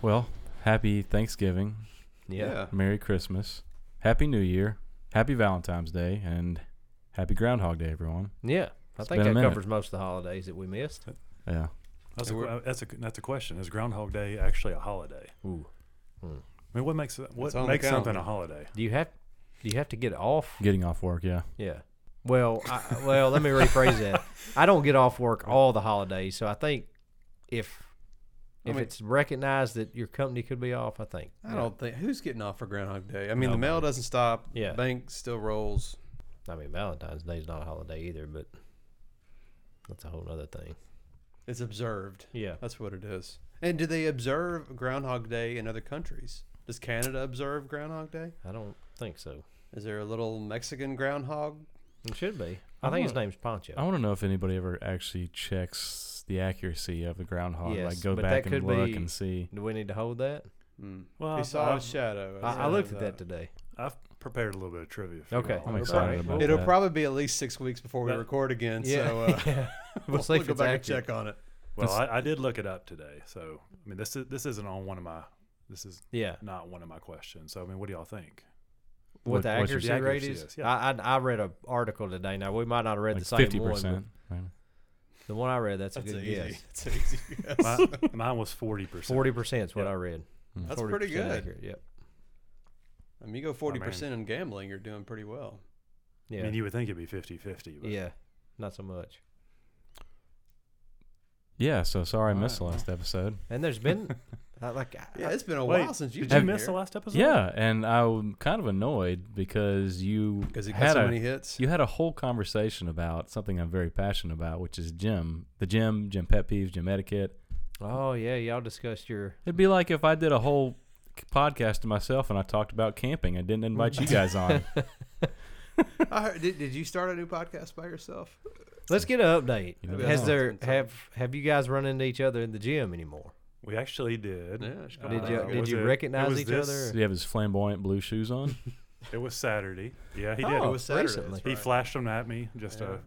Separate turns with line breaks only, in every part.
Well, happy Thanksgiving.
Yeah.
Merry Christmas. Happy New Year. Happy Valentine's Day. And happy Groundhog Day, everyone.
Yeah. I
It's been
think
a
that
minute.
covers most of the holidays that we missed.
Yeah.
That's a,
And we're-
que- that's a that's a question. Is Groundhog Day actually a holiday?
Ooh. Hmm.
I mean, what makes it- what
It's on the
makes something
calendar.
a holiday?
Do you have do you have to get off?
Getting off work, yeah.
Yeah. Well, I, well, let me rephrase that. I don't get off work all the holidays, so I think if
I
if
mean-
it's recognized that your company could be off, I think.
I don't think who's getting off for Groundhog Day. I mean, the mail doesn't stop.
Yeah.
bank still rolls.
I mean, Valentine's Day is not a holiday either, but that's a whole other thing.
It's observed.
Yeah.
That's what it is. And do they observe Groundhog Day in other countries? Does Canada observe Groundhog Day?
I don't think so.
Is there a little Mexican groundhog?
It should be. I,
I
think his
wanna-
name's Poncho.
I want to know if anybody ever actually checks the accuracy of the groundhog.
Yes,
like go
but that
back and
could
look
be-
and see.
Do we need to hold that?
Hmm.
Well,
he
I've-
saw a
I've-
shadow.
Uh, I, I looked at that today.
I've prepared a little bit of trivia. For you
Okay.
all.
I'm
It'll
excited
probably-
about
It'll
that.
probably be at least six weeks before we
That-
record again.
Yeah.
So uh,
yeah. We'll, see if
go
it's
back
accurate.
and check on it.
Well, I, I did look it up today, so I mean, this is this isn't on one of my this is
Yeah.
not one of my questions. So I mean, what do y'all think?
What,
What-
the
what's your
accuracy rate
accuracy
is?
is, yeah.
I, I I read an article today. Now we might not have read
like
the same
fifty
one.
percent.
but The one I read, that's,
That's
a
a
good
easy.
guess.
That's an easy guess.
My, mine was forty percent.
Forty percent is what
Yeah.
I read.
That's pretty
40%
good.
Accurate. Yep.
I mean, you go
Oh,
forty percent in gambling, you're doing pretty well.
Yeah.
I mean, you would think it'd be 50-50, but
yeah. Not so much.
Yeah. So sorry I missed the
Alright,
last episode.
And there's been I- like I-
Yeah, it's been a
Wait,
while since you've
did you
been
miss the
here
last episode?
Yeah, and I'm kind of annoyed because you
because he got
had
so
a
many hits.
you had a whole conversation about something I'm very passionate about, which is gym, the gym, gym pet peeves, gym etiquette.
oh yeah, y'all discussed your
It'd be like if I did a whole c- podcast to myself and I talked about camping. I didn't invite you guys on.
I heard, did, did you start a new podcast by yourself?
Let's get an update.
You know,
Has
that's-
there
that's-
have have you guys run into each other in the gym anymore?
we actually did.
Yeah, it's
Uh,
Did you
Okay.
it
did
was
you
a- it
recognize
was
each
this-
Did
other?
he have his flamboyant blue shoes on?
It was Saturday. Yeah, he did.
Oh,
it was Saturday.
recently.
that's
He
right.
flashed them at me just
Yeah.
to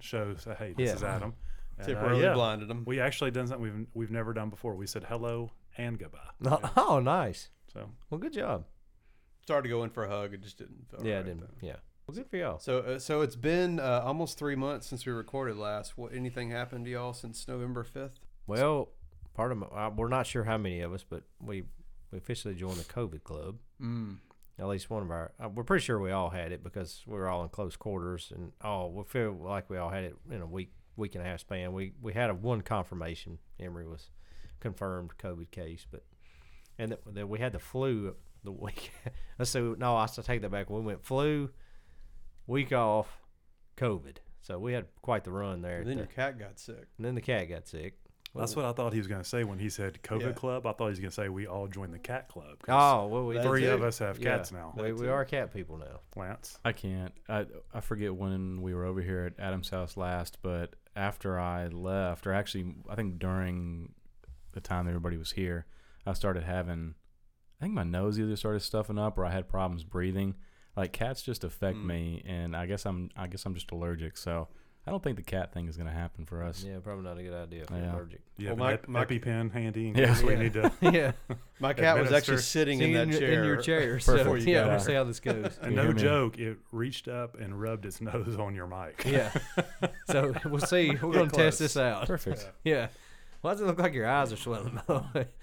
show, say, hey, this
Yeah.
is Adam. And, uh,
Temporarily
yeah,
blinded him.
We actually done something we've we've never done before. We said hello and goodbye.
Oh, nice.
So
Well, good job.
Started to go in for a hug. It just didn't. Feel
yeah,
right,
I didn't.
though.
Yeah. Well, good for y'all.
So, uh, so it's been uh, almost three months since we recorded last. What anything happened to y'all since November fifth?
Well, part of my, uh, we're not sure how many of us, but we we officially joined the COVID club.
Mm.
At least one of our, uh, we're pretty sure we all had it because we were all in close quarters and all. We feel like we all had it in a week week and a half span. We we had a one confirmation. Emory was confirmed COVID case, but and that, that we had the flu the week. so no, I still take that back. We went flu week off, COVID. So we had quite the run there. at
And then
the-
your cat got sick.
and then the cat got sick.
that's what I thought he was going to say when he said COVID
Yeah.
club. I thought he was going to say we all joined the cat club. 'cause
Oh, well, we
That
three
too.
of us have
Yeah.
cats now.
We,
That
we
too.
are cat people now.
Lance.
I can't. I I forget when we were over here at Adam's house last, but after I left, or actually, I think during the time that everybody was here, I started having. I think my nose either started stuffing up, or I had problems breathing. Like cats just affect
Hmm.
Mm.
me, and I guess I'm I guess I'm just allergic. So I don't think the cat thing is gonna happen for us.
Yeah, probably not a good idea if you're
Yeah.
allergic.
Yeah,
Well, my- my-
EpiPen handy in
Yeah.
case we
Yeah.
need to.
yeah,
My cat was actually
Administer-
sitting in
Sitting
that
your-
chair.
in your chair. So,
Before
you got
yeah, we'll
there.
see how this goes.
And
You
no
hear me?
joke, it reached up and rubbed its nose on your mic.
yeah, so we'll see. We're
Get
gonna test
close.
this out.
Perfect.
Yeah. Why does it look like your eyes are swelling?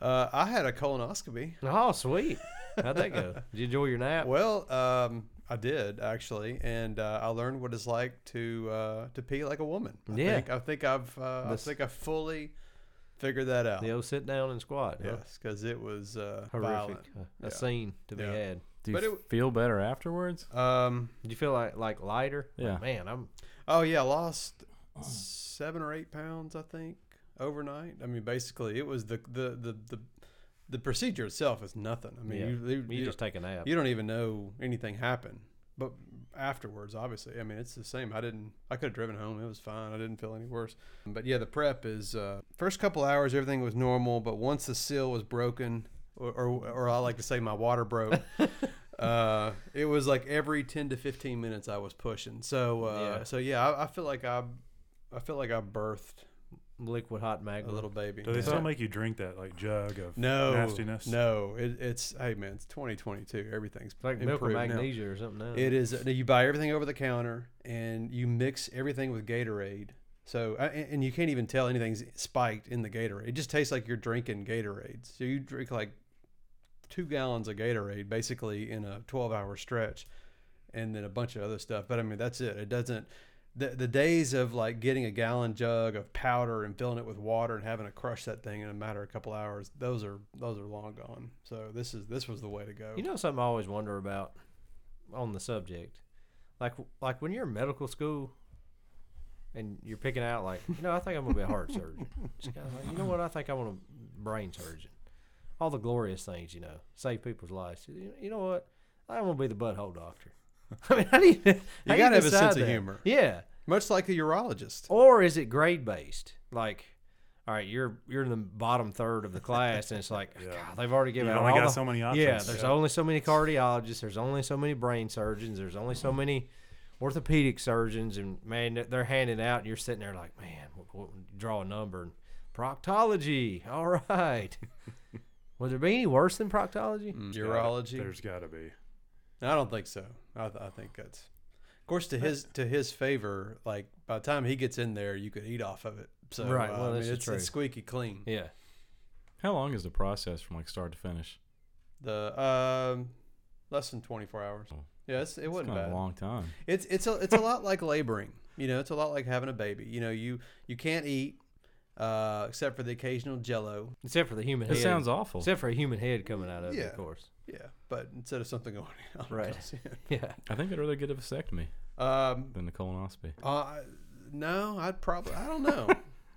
Uh, I had a colonoscopy.
oh, sweet. How'd that go? Did you enjoy your nap?
Well, um, I did actually, and uh, I learned what it's like to uh, to pee like a woman. I
Yeah.
think, I think I've uh, I
This-
think I fully figured that out.
The old sit down and squat. huh?
Yes, because it was uh,
Horrific.
violent.
Uh, A
Yeah.
scene to be
Yeah.
had.
Do you
But it-
feel better afterwards?
Um,
Did you feel like like lighter? Like,
Yeah.
man, I'm.
oh yeah, I lost seven or eight pounds, I think, overnight. I mean, basically, it was the the the the, the procedure itself is nothing. I mean,
Yeah.
you, you,
You
you-
just take a nap.
you don't even know anything happened. But afterwards, obviously, I mean, it's the same. I didn't. I could have driven home. It was fine. I didn't feel any worse. But yeah, the prep is uh, first couple hours, everything was normal. But once the seal was broken, or or, or I like to say, my water broke. Uh, it was like every ten to fifteen minutes I was pushing. So, uh,
Yeah.
so yeah, I, I feel like I, I feel like I birthed
liquid hot
a
magma.
little baby.
Do they
Yeah.
still make you drink that like jug of
no
nastiness?
No, it, it's hey man, it's 2022. Everything's
It's like milk or
improved now.
magnesia or something. Now.
It is you buy everything over the counter and you mix everything with Gatorade. So I- and and you can't even tell anything's spiked in the Gatorade. It just tastes like you're drinking Gatorade. So you drink like two gallons of Gatorade basically in a 12 hour stretch, and then a bunch of other stuff. But I mean that's it. It doesn't. The, the days of like getting a gallon jug of powder and filling it with water and having to crush that thing in a matter of a couple hours those are those are long gone so this is this was the way to go
You know something I always wonder about on the subject, like like when you're in medical school and you're picking out like, you know, I think I'm gonna be a heart surgeon. Just kinda like, you know what? I think I want a brain surgeon. All the glorious things, you know, save people's lives. You you know what? I want to be the butthole doctor. I mean, how do you? how do
gotta have a
decide
sense of
that?
humor.
Yeah.
much like a urologist
Or is it grade based? Like, all right, you're you're in the bottom third of the class, and it's like, God, they've already given
You've
out
only
all
got
the-
so many
Yeah,
options.
there's
Yeah.
only so many cardiologists. There's only so many brain surgeons. There's only so many orthopedic surgeons, and man, they're handing out, and you're sitting there like, man, what, what, draw a number. And proctology, all right. Would there be any worse than proctology?
Mm. urology.
There's got to be.
I don't think so. I, th- I think that's, of course, to his to his favor. Like by the time he gets in there, you could eat off of it. So
Right,
uh,
well,
I
this
mean,
is
it's,
true.
it's squeaky clean.
Yeah,
How long is the process from like start to finish?
The um, less than twenty four hours.
Oh.
Yeah, it's, it
It's
wasn't
kind of
bad.
a long time.
It's it's a it's a lot like laboring. You know, it's a lot like having a baby. You know, you you can't eat uh, except for the occasional Jello.
except for the human
It
head.
sounds awful.
except for a human head coming out of it,
Yeah.
of course.
Yeah, but instead of something going out, it
Right.
goes in.
Yeah,
I think I'd rather get a vasectomy
Um,
than the colonoscopy.
Uh, no, I'd probably. I don't know.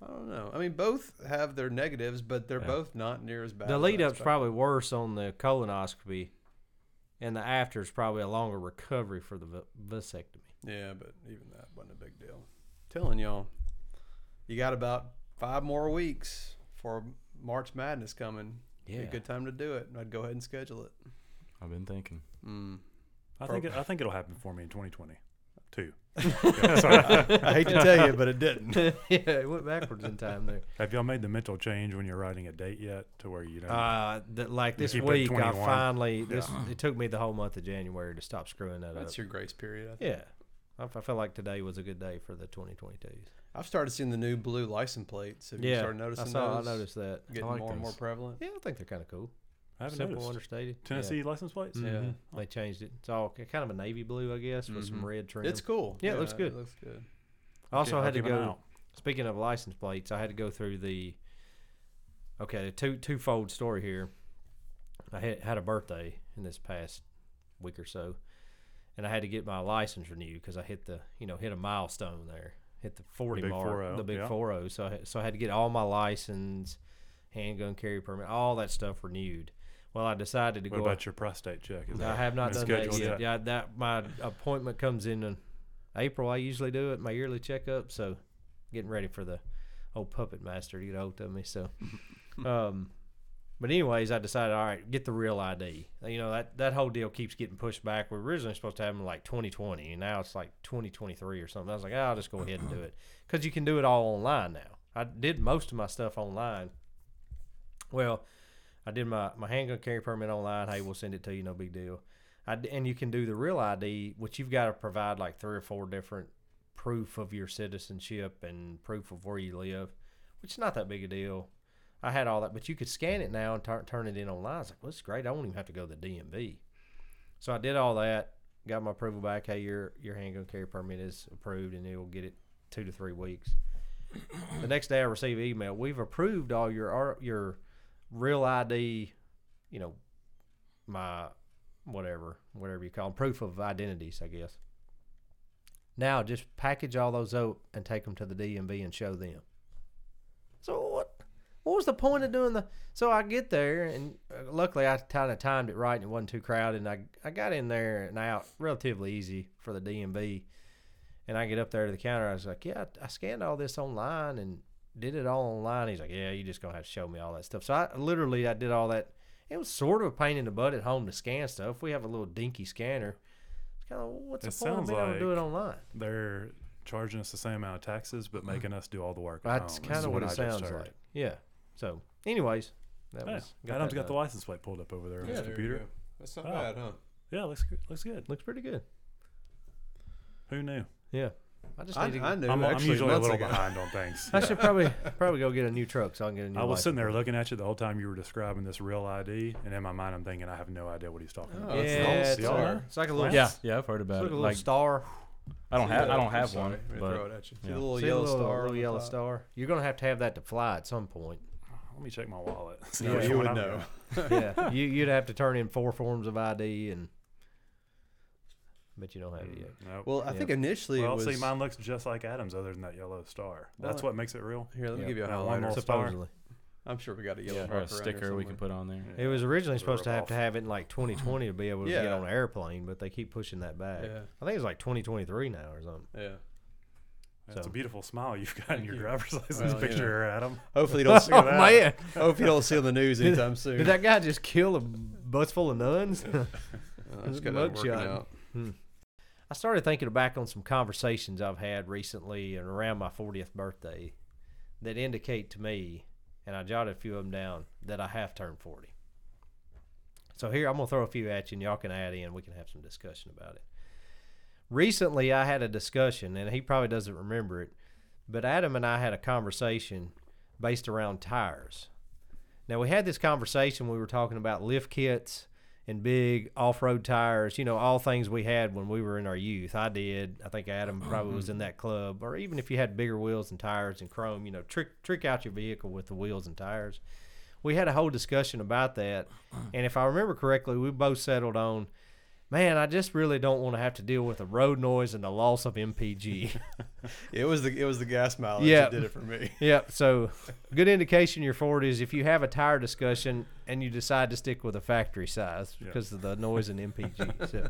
I don't know. I mean, both have their negatives, but they're
Yeah.
both not near as bad.
the
as
lead
I
up's
expected.
probably worse on the colonoscopy, and the after is probably a longer recovery for the va- vasectomy.
Yeah, but even that wasn't a big deal. telling y'all, you got about five more weeks for March Madness coming. Be
Yeah.
a good time to do it. I'd go ahead and schedule it.
I've been thinking.
Mm.
I think it, I think it'll happen for me in 2020, too.
I hate to tell you, but it didn't.
yeah, it went backwards in time there.
Have y'all made the mental change when you're writing a date yet, to where you know?
Uh, that like
You
this
keep it
week, I
21.
finally this. It took me the whole month of January to stop screwing that
That's
up.
your grace period. I think.
yeah, I, I felt like today was a good day for the 2022s.
I've started seeing the new blue license plates. Have you
yeah,
started noticing
I saw.
those?
I noticed that.
Getting
like
more and more
those.
prevalent.
Yeah, I think they're kind of cool.
I haven't
Simple,
noticed.
understated. Yeah, Mm, Mm-hmm.
Tennessee license plates.
Yeah.
Mm-hmm. they changed it. It's all k- kind of a navy blue, I guess, with some
Mhm.
red trim.
It's cool.
Yeah, it looks good.
It looks good.
I also
I'll
had to
keep an eye
go.
out.
Speaking of license plates, I had to go through the. Okay, the two twofold story here. I had had a birthday in this past week or so, and I had to get my license renewed because I hit the you know hit a milestone there, hit the forty
big
mark,
40,
the big
yeah.
four zero. So I, so I had to get all my license, handgun carry permit, all that stuff renewed. Well, I decided to
What
go.
about your prostate check? Is
I
that-
have not
been
done that
scheduled
yet.
yet?
Yeah, that my appointment comes in in April. I usually do it, my yearly checkup. So, getting ready for the old puppet master to get hold of me. So, um, but anyways, I decided all right, get the real ID. You know that that whole deal keeps getting pushed back. We were originally supposed to have them like 2020, and now it's like 2023 or something. I was like, "Ah, I'll just go ahead and do it because you can do it all online now. I did most of my stuff online. Well, I did my, my handgun carry permit online. Hey, we'll send it to you, no big deal. I d and you can do the real ID, which you've got to provide like three or four different proof of your citizenship and proof of where you live, which is not that big a deal. I had all that, but you could scan it now and tur- turn it in online. I was like, well, this is great. I won't even have to go to the DMV. So I did all that, got my approval back. Hey, your your handgun carry permit is approved, and it'll get it two to three weeks. the next day, I receive an email. We've approved all your R- your real ID, you know, my whatever, whatever you call 'em, proof of identities, I guess. Now just package all those up and take them to the DMV and show them. So what? What was the point of doing the? So I get there and uh, luckily I kind of timed it right and it wasn't too crowded and I I got in there and out relatively easy for the DMV. And I get up there to the counter. I was like, yeah, I, I scanned all this online and did it all online. He's like, yeah, you just gonna have to show me all that stuff. So I literally I did all that. It was sort of a pain in the butt at home to scan stuff. We have a little dinky scanner. It's kind of what's
It
the point of
sounds
being able to do
like-
it online?
They're charging us the same amount of taxes, but making us do all the work. at
That's
home, is
kind of what
I
it
just
sounds
heard.
like. Yeah. So, anyways, that
Yeah.
was
Adam's
that
got the
done.
license plate pulled up over there on his computer.
That's not
Oh.
bad, huh?
Yeah, looks good. Looks good.
Looks pretty good.
Who knew?
Yeah. I just
I,
need to.
I knew.
I'm, I'm
actually
usually a
months
little
ago.
behind on things.
I should probably probably go get a new truck so I can get a new.
I was
license
sitting there
plate.
looking at you the whole time you were describing this real ID, and in my mind, I'm thinking, I have no idea what he's talking
Oh,
about.
that's
Yeah,
nice.
it's,
Y'all
a-
are?
it's like a little.
Yeah, yeah, I've heard
It's like
about
a
it.
little
Like
star.
I don't
See
have I
that?
don't
I'm
have
sorry.
one,
I'm gonna throw
but
it at you. See
yeah.
the little
See the
yellow
little,
star.
little
on the
yellow
top?
star. You're gonna have to have that to fly at some point.
Let me check my wallet. See
Yeah,
which
you would
one I've
know.
got.
yeah, you, you'd have to turn in four forms of ID, and but you don't have it yet.
Nope.
Well, I
Yeah.
think initially
Well,
it was.
see, mine looks just like Adam's, other than that yellow star. That's
Well,
what makes it real.
Here, let me
Yeah.
give you a
Now, one
highlighter.
more-
Supposedly,
I'm sure we got a yellow
or
marker
a
around here
sticker we
somewhere.
can put on there.
it was originally
Yeah.
supposed to have to
Rip off.
have it in like 2020 to be able to get
Yeah.
on an airplane, but they keep pushing that back. I think it's like 2023 now or something.
Yeah, yeah.
That's
So.
a beautiful smile you've got in
Thank
your
you.
driver's license
Well, you know.
picture, Adam.
Hopefully you don't. see,
Oh
that.
man,
hopefully you don't see on the news anytime soon.
did that guy just kill a bus full of nuns?
Uh, it's
a
got that working
mugshot.
out.
I started thinking back on some conversations I've had recently and around my 40th birthday that indicate to me, and I jotted a few of them down, that I have turned 40. So here, I'm going to throw a few at you and y'all can add in. We can have some discussion about it. Recently, I had a discussion, and he probably doesn't remember it, but Adam and I had a conversation based around tires. Now, we had this conversation, we were talking about lift kits and big off-road tires you know all things we had when we were in our youth i did i think adam probably was in that club or even if you had bigger wheels and tires and chrome you know trick trick out your vehicle with the wheels and tires we had a whole discussion about that and if i remember correctly we both settled on man i just really don't want to have to deal with the road noise and the loss of mpg
It was the it was the gas mileage
Yeah.
that did it for me.
Yep. So, good indication you're for it is if you have a tire discussion and you decide to stick with a factory size
Yeah.
because of the noise and MPG. So,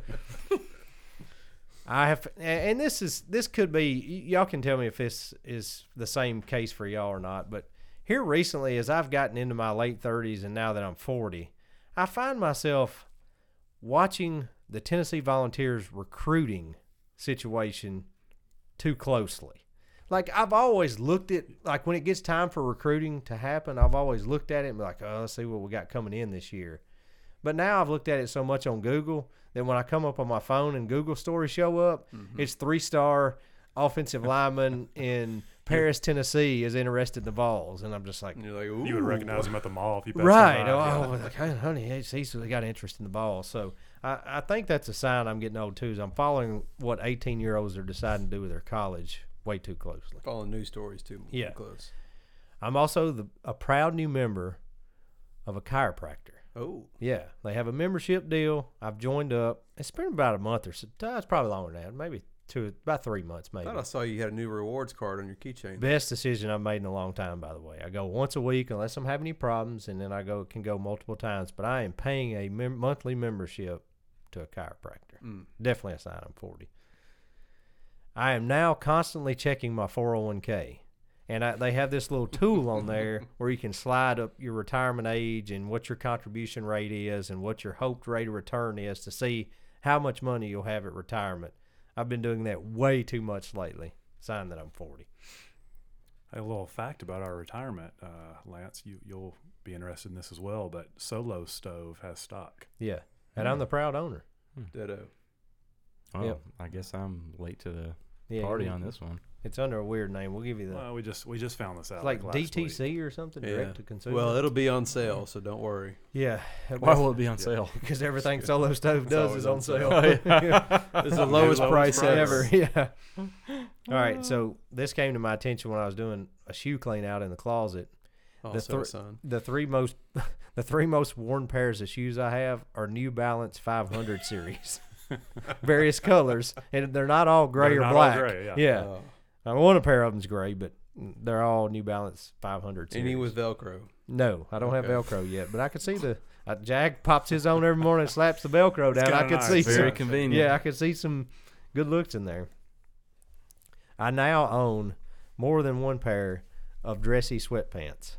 I have, a- and this is this could be y- y'all can tell me if this is the same case for y'all or not. But here recently, as I've gotten into my late 30s and now that I'm 40, I find myself watching the Tennessee Volunteers recruiting situation too closely. Like I've always looked at like when it gets time for recruiting to happen, I've always looked at it and be like, oh, let's see what we got coming in this year. But now I've looked at it so much on Google that when I come up on my phone and Google stories show up, it's three star offensive lineman in Paris, Tennessee is interested in the Vols, and I'm just like,
And you're like, Ooh.
You would recognize him at the mall if you passed him
Right.
by.
Oh,
Yeah.
well, like, hey, honey, he's, he's really got interest in the ball. So I, I think that's a sign I'm getting old too. Is I'm following what 18 year olds are deciding to do with their college way too closely.
Following news stories too
Yeah.
close.
I'm also the, a proud new member of a chiropractor.
Oh,
Yeah, they have a membership deal. I've joined up. It's been about a month or so. uh, It's probably longer than that. Maybe two, about three months,
I
maybe.
thought I saw you had a new rewards card on your keychain.
Best decision I've made in a long time, by the way. I go once a week unless I'm having any problems, and then I go can go multiple times. But I am paying a mem- monthly membership to a chiropractor.
Mm.
Definitely a sign I'm 40. I am now constantly checking my 401k, and I, they have this little tool on there where you can slide up your retirement age and what your contribution rate is and what your hoped rate of return is to see how much money you'll have at retirement. I've been doing that way too much lately. Sign that I'm 40.
A little fact about our retirement, uh, Lance. You, you'll be interested in this as well. But Solo Stove has stock.
Yeah. And I'm the proud owner.
Ditto.
Oh,
Yep.
Hmm. I guess I'm late to the
Yeah.
party
you-
on this one.
It's under a weird name. We'll give you the
Well, we just we just found this out.
it's like
last week.
DTC or something,
Yeah.
direct to consumer.
Well, it'll be on sale, so don't worry.
yeah.
Why will it be on
Yeah.
sale?
Because everything Solo Stove
It's
does
always
is
on
on
sale.
sale.
It's the
New
lowest,
lowest
price,
price.
ever.
Yeah. All right. So this came to my attention when I was doing a shoe clean out in the closet.
Also,
thr-
son.
The three most, the three most worn pairs of shoes I have are New Balance 500 series, various colors, and they're not all gray
They're
or
not all
black.
gray, yeah.
yeah.
Oh.
I want a pair of them's gray, but they're all New Balance 500.
any
series.
with Velcro.
no, I don't have
Okay.
Velcro yet, but I could see the uh, Jag pops his own every morning, and slaps the Velcro down. I
kinda
could
nice.
see
It's
Very
some,
Very
convenient.
yeah, I could see some good looks in there. I now own more than one pair of dressy sweatpants.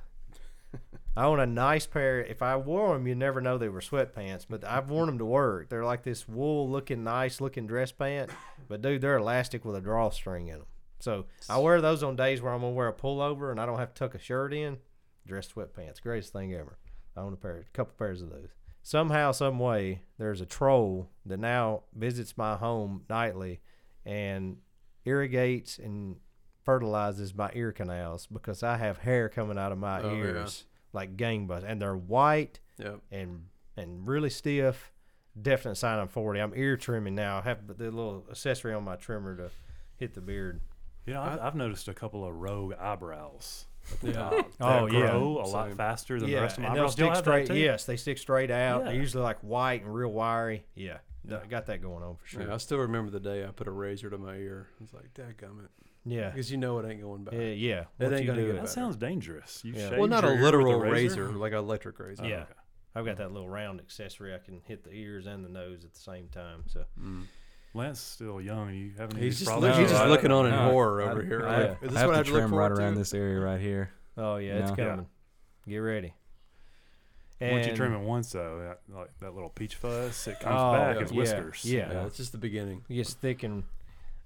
I own a nice pair. If I wore them, you never know they were sweatpants, but I've worn them to work. They're like this wool looking, nice looking dress pant, but dude, they're elastic with a drawstring in them. So I wear those on days where I'm gonna wear a pullover and I don't have to tuck a shirt in. Dress sweatpants, greatest thing ever. I own a pair, a couple pairs of those. Somehow, some way, there's a troll that now visits my home nightly and irrigates and fertilizes my ear canals because I have hair coming out of my
Oh, yeah.
ears like gangbusters, and they're white
Yep.
and and really stiff. Definite sign I'm 40. I'm ear trimming now. I have the little accessory on my trimmer to hit the beard.
You know, I've, I've noticed a couple of rogue eyebrows. At the
Yeah.
top that
Oh, yeah.
grow a lot
Same.
faster than the rest of my
and they'll
eyebrows. Do
stick
I have that
straight.
too?
Yes, they stick straight out. They're
Yeah.
usually like white and real wiry. Yeah,
Yeah.
I got that going on for sure.
Yeah, I still remember the day I put a razor to my ear. I was like, dadgummit.
Yeah,
Because you know it ain't going back.
yeah. yeah.
It
Once
ain't
you
gonna
do
get
it-
That
better.
sounds dangerous. You
Yeah.
yeah.
Well, not a literal razor, like an electric razor.
Yeah.
Oh, okay.
I've got that little round accessory. I can hit the ears and the nose at the same time. So
Mm.
Lance still young. You haven't
He's just,
probably-
look, he's
No,
just
I-
looking on in
no,
horror
I-
over here.
I,
like,
Yeah.
is this
I have
what I
to
have to look
trim right
forward
around
to?
this area right here.
oh yeah, it's
Yeah.
Yeah.
coming. Get ready.
Once you
And-
trim it once, though, that, like that little peach fuzz, it comes
Oh,
back
yeah.
as
Yeah,
whiskers.
yeah.
Yeah, it's just the beginning.
It gets thick and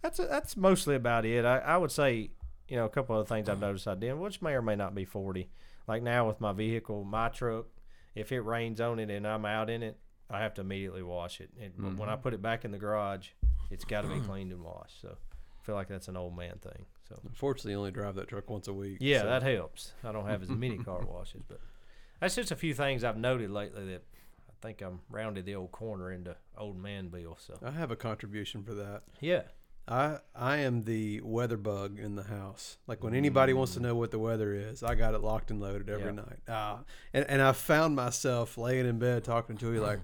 that's that's mostly about it. I, I would say you know a couple of things I've noticed I did, which may or may not be forty. Like now with my vehicle, my truck, if it rains on it and I'm out in it, I have to immediately wash it. And but when I put it back in the garage, it's got to be cleaned and washed. So I feel like that's an old man thing. So
Unfortunately, you only drive that truck once a week.
yeah,
so-
that helps. I don't have as many car washes, but that's just a few things I've noted lately that I think I'm rounded the old corner into old man bill. So
I have a contribution for that.
yeah,
I I am the weather bug in the house. Like when anybody wants to know what the weather is, I got it locked and loaded every
Mm. Yeah.
night. Ah, and and I found myself laying in bed talking to you like,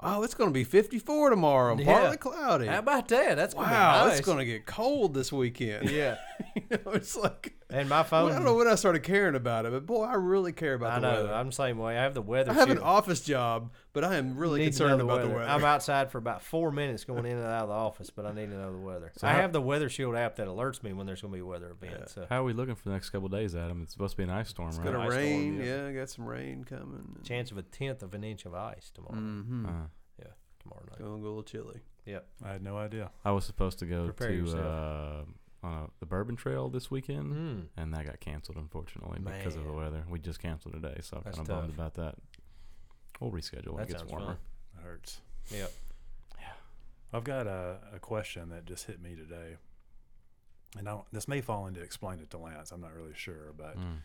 oh, it's going to be 54 tomorrow, and
Yeah.
partly cloudy.
how about that? That's gonna be
wow,
nice.
it's going to get cold this weekend.
Yeah.
you know, it's like
And my
I
phone.
don't know when I started caring about it, but boy, I really care about
I
the
know.
weather.
I'm the same way. I have the weather.
I have an
shit.
office job, but I am really
Need to know
concerned about the weather.
I'm outside for about four minutes going in and out of the office, but I need to know the weather. I
how-
have the Weather Shield app that alerts me when there's going to be a weather event. So
How are we looking for the next couple of days, Adam? It's supposed to be an ice storm,
it's
right?
gonna
ice storm,
rain.
yeah.
yeah. I got some rain coming.
chance of a tenth of an inch of ice tomorrow.
Mm-hmm.
Uh,
Tomorrow night.
Gonna go a little chilly.
I had no idea.
I was supposed to go
Prepare
to uh,
yourself.
on a, the Bourbon Trail this weekend,
Hmm.
Mm.
and that got canceled unfortunately because of the
Man.
weather. We just canceled today, so I'm
That's
kind of bummed
tough.
about that. We'll reschedule when
That
it gets
sounds
warmer.
fun.
It hurts.
Yep.
I've got a, a question that just hit me today. And I don't, this may fall into explain it to Lance. I'm not really sure, but
Mm.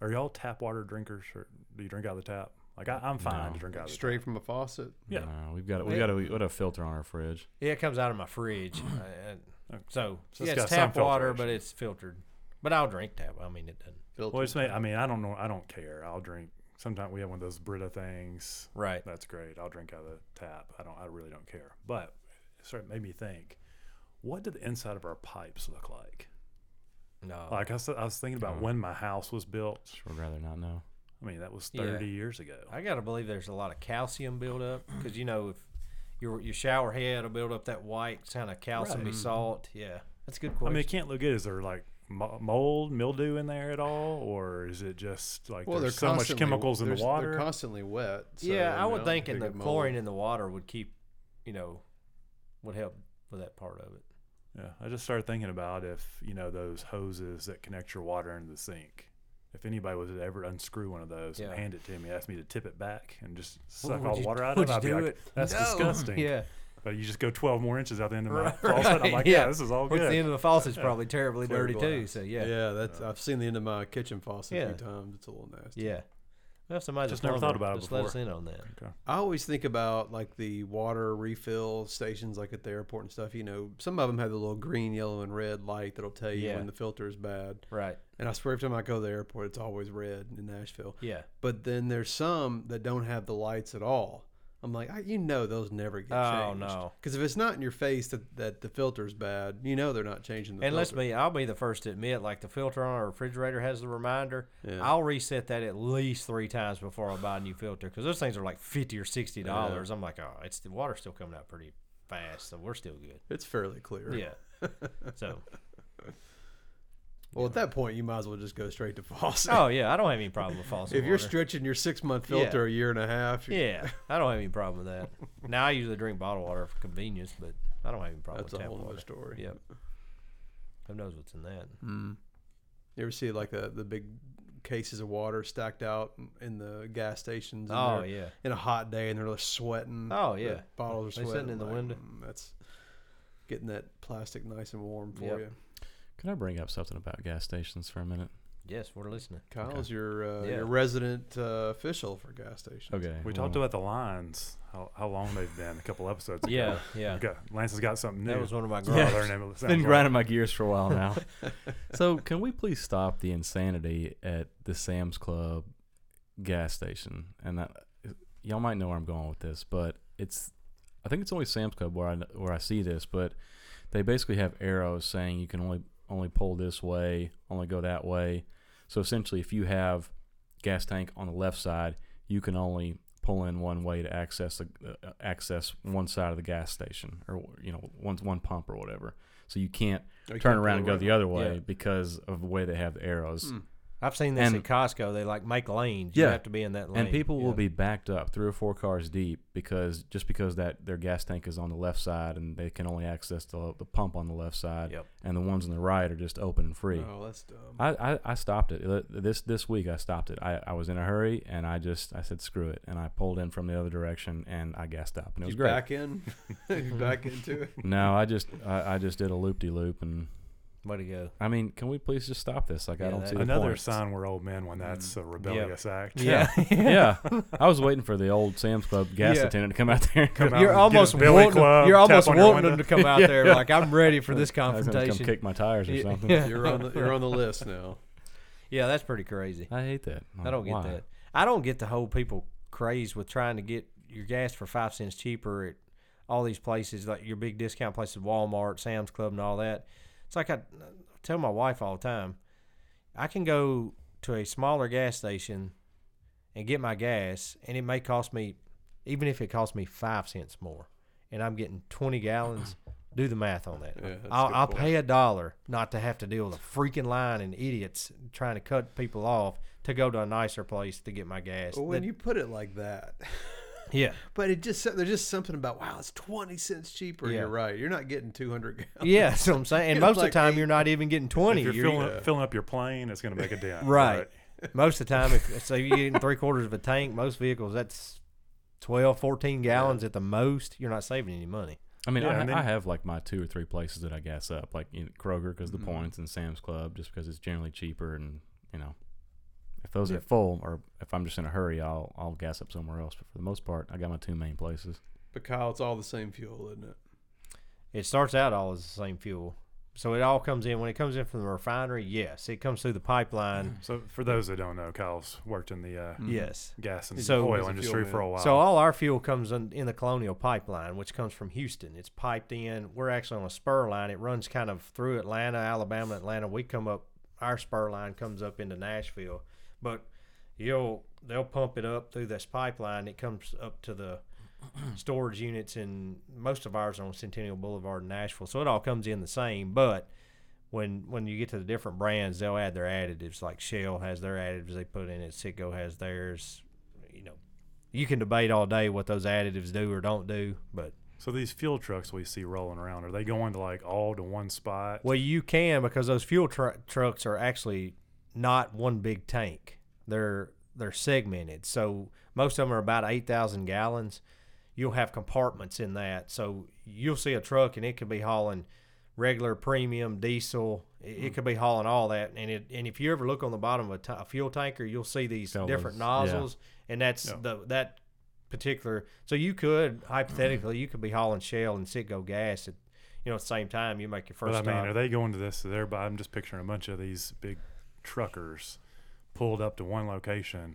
are y'all tap water drinkers? Or do you drink out of the tap? Like I, I'm fine
No.
to drink out of the tap.
Straight from a faucet.
Yeah.
No, we've got we
Yeah.
got a we got a filter on our fridge.
Yeah, it comes out of my fridge. I- I-
Okay.
so,
So
yeah, it's
it's got some
tap water, but
filtration.
it's filtered. But I'll drink tap. I mean, it doesn't.
Well, it's made, I mean, I don't know. I don't care. I'll drink. Sometimes we have one of those Brita things.
Right.
That's great. I'll drink out of the tap. I don't. I really don't care. But it sort of made me think. What did the inside of our pipes look like?
No.
Like I was, I was thinking about
Oh.
when my house was built.
Sure, would rather not know.
I mean, that was
Yeah.
30 years ago.
I gotta believe there's a lot of calcium buildup because you know if your your shower head will build up that white kind of calcium
Right.
salt. Yeah, that's a good
I
question.
mean, it can't look good. Is there like mo- mold, mildew in there at all, or is it just like
Well,
there's
they're
so much
constantly-
chemicals in the
there's-
water?
They're constantly wet. so,
yeah,
you
I would
know,
think
you
in the
get mold.
chlorine in the water would keep, you know, would help with that part of it.
yeah, I just started thinking about if you know those hoses that connect your water into the sink. If anybody was to ever unscrew one of those
Yeah.
and hand it to me, ask me to tip it back and just
Well,
suck
would
all the
you-
water out
would
of it,
you
I'd be
do
like,
it?
"That's
No.
disgusting."
Yeah,
But you just go 12 more inches out the end of my
Right,
faucet. I'm like,
yeah.
"Yeah, this is all
Which the
good."
end of the faucet's probably terribly
Clear
dirty too.
glass.
So yeah, yeah.
Yeah, that's I've seen the end of my kitchen faucet a
Yeah.
few times. It's a little nasty.
Well, if somebody's
Just
a
never
plumber,
thought about it
just let us in on that.
I always think about like the water refill stations, like at the airport and stuff. You know, some of them have the little green, yellow, and red light that'll tell you
Yeah.
when the filter is bad.
Right.
And I swear, every time I go to the airport, it's always red in Nashville.
Yeah.
But then there's some that don't have the lights at all. I'm like, I, you know, those never get
Oh,
changed.
no.
Because if it's not in your face that, that the filter's bad, you know they're not changing the
And let's
filter.
be, I'll be the first to admit, like the filter on our refrigerator has the reminder.
Yeah.
I'll reset that at least three times before I buy a new filter because those things are like 50 or $60. I'm like, oh, it's the water's still coming out pretty fast, so we're still good.
It's fairly clear.
Yeah. so,
Well, at that point, you might as well just go straight to faucet.
oh, yeah, I don't have any problem with faucet.
if you're
water.
stretching your six month
Yeah.
filter a year and a half,
Yeah, I don't have any problem with that. now, I usually drink bottled water for convenience, but I don't have any problem
that's a
with tap
whole
water.
other story.
Yep. Who knows what's in that?
Mm. You ever see like the the big cases of water stacked out in the gas stations? and
Oh
they're-
yeah.
in a hot day and they're just sweating.
Oh,
The
yeah.
bottles are
They
sweating
sitting in the
like,
window.
"Mm, That's getting that plastic nice and warm for
Yep.
you.
Can I bring up something about gas stations for a minute?
Yes, we're listening.
Kyle's your uh,
Yeah.
your resident uh, official for gas stations.
Okay.
We
well,
talked about the lines, how, how long they've been a couple episodes ago.
Yeah, yeah.
Okay, Lance has got something new.
That was one of my
Oh,
gripes.
their name
It's been grinding my gears for a while now. so, can we please stop the insanity at the Sam's Club gas station? And that, y'all might know where I'm going with this, but it's I think it's only Sam's Club where I kn- where I see this, but they basically have arrows saying you can only only pull this way, only go that way. So essentially, if you have gas tank on the left side, you can only pull in one way to access the, uh, access one side of the gas station or you know one one pump or whatever. So you can't
Oh, you
turn
can't
around and
pull
go the other way
Yeah. Hmm.
because of the way they have the arrows.
Mm.
I've seen this at
And-
Costco. They like make lanes. You
Yeah.
have to be in that lane.
And people
Yeah.
will be backed up three or four cars deep because just because that their gas tank is on the left side and they can only access the, the pump on the left side,
Yep.
and the ones on the right are just open and free.
Oh, that's dumb.
I, I, I stopped it Uh, this this week. I stopped it. I, I was in a hurry and I just I said screw it and I pulled in from the other direction and I gassed up and it was
you
great.
back in, you back into it.
No, I just I, I just did a loop de loop and
Way to go.
I mean, can we please just stop this? Like
Yeah,
I don't
that-
see the
Another
point.
sign we're old men when that's
Mm.
a rebellious act.
Yeah. yeah, I was waiting for the old Sam's Club gas
Yeah.
attendant to come out there.
Come out
You're
and get his
almost
billy
wanting,
club,
you're
tap
almost
on your
wanting them
window.
to come out there like I'm ready for this
I was gonna come
confrontation.
kick my tires or something.
Yeah.
You're on the you're on the list now.
Yeah, that's pretty crazy.
I hate that.
Oh,
I don't get
Why?
that. I don't get the whole people craze with trying to get your gas for five cents cheaper at all these places, like your big discount places, Walmart, Sam's Club, and all that. It's like I tell my wife all the time I can go to a smaller gas station and get my gas, and it may cost me, even if it costs me five cents more, and I'm getting 20 gallons. Do the math on that.
Yeah, that's a
I'll,
good
I'll
point.
pay a dollar not to have to deal with a freaking line and idiots trying to cut people off to go to a nicer place to get my gas.
But when
That-
you put it like that,
yeah,
but it just there's just something about wow, it's twenty cents cheaper.
Yeah.
You're right. You're not getting two hundred gallons.
yeah, that's what I'm saying. And
It's
most of
like
the time, you're not even getting 20.
If you're
You're-
filling, filling up your plane, it's going to make a dent.
right. most of the time, if so, you're getting three quarters of a tank. Most vehicles, that's 12, 14 gallons at the most. You're not saving any money.
I mean,
Yeah,
I,
and then-
I have like my two or three places that I gas up, like you know, Kroger because
Mm-hmm.
the points and Sam's Club just because it's generally cheaper and you know, if those are full or if I'm just in a hurry, I'll I'll gas up somewhere else. But for the most part, I got my two main places.
But Kyle, it's all the same fuel, isn't it?
It starts out all as the same fuel. So it all comes in. When it comes in from the refinery, yes. It comes through the pipeline,
So for those that don't know, Kyle's worked in the uh,
Mm-hmm.
yes.
gas and
So-
oil
He's a
industry
fuel
for a while.
So all our fuel comes in, in the Colonial Pipeline, which comes from Houston. It's piped in. We're actually on a spur line. It runs kind of through Atlanta, Alabama, Atlanta. We come up. Our spur line comes up into Nashville, but you'll they'll pump it up through this pipeline. It comes up to the storage units, and most of ours are on Centennial Boulevard in Nashville. So it all comes in the same, but when when you get to the different brands, they'll add their additives. Like Shell has their additives they put in it. Citgo has theirs. You know, you can debate all day what those additives do or don't do, but
So these fuel trucks we see rolling around, are they going to like all to one spot?
well, you can because those fuel tru trucks are actually not one big tank. They're they're segmented, so most of them are about eight thousand gallons. You'll have compartments in that, so you'll see a truck and it could be hauling regular premium diesel. It,
Hmm.
it could be hauling all that, and it and if you ever look on the bottom of a ta- a fuel tanker, you'll see these
Fellas,
different
yeah.
nozzles, and that's
Yeah.
the that particular. So you could hypothetically, you could be hauling Shell and Citgo gas at you know at the same time. You make your first
but I mean,
stop.
are they going to this? There, but I'm just picturing a bunch of these big truckers pulled up to one location,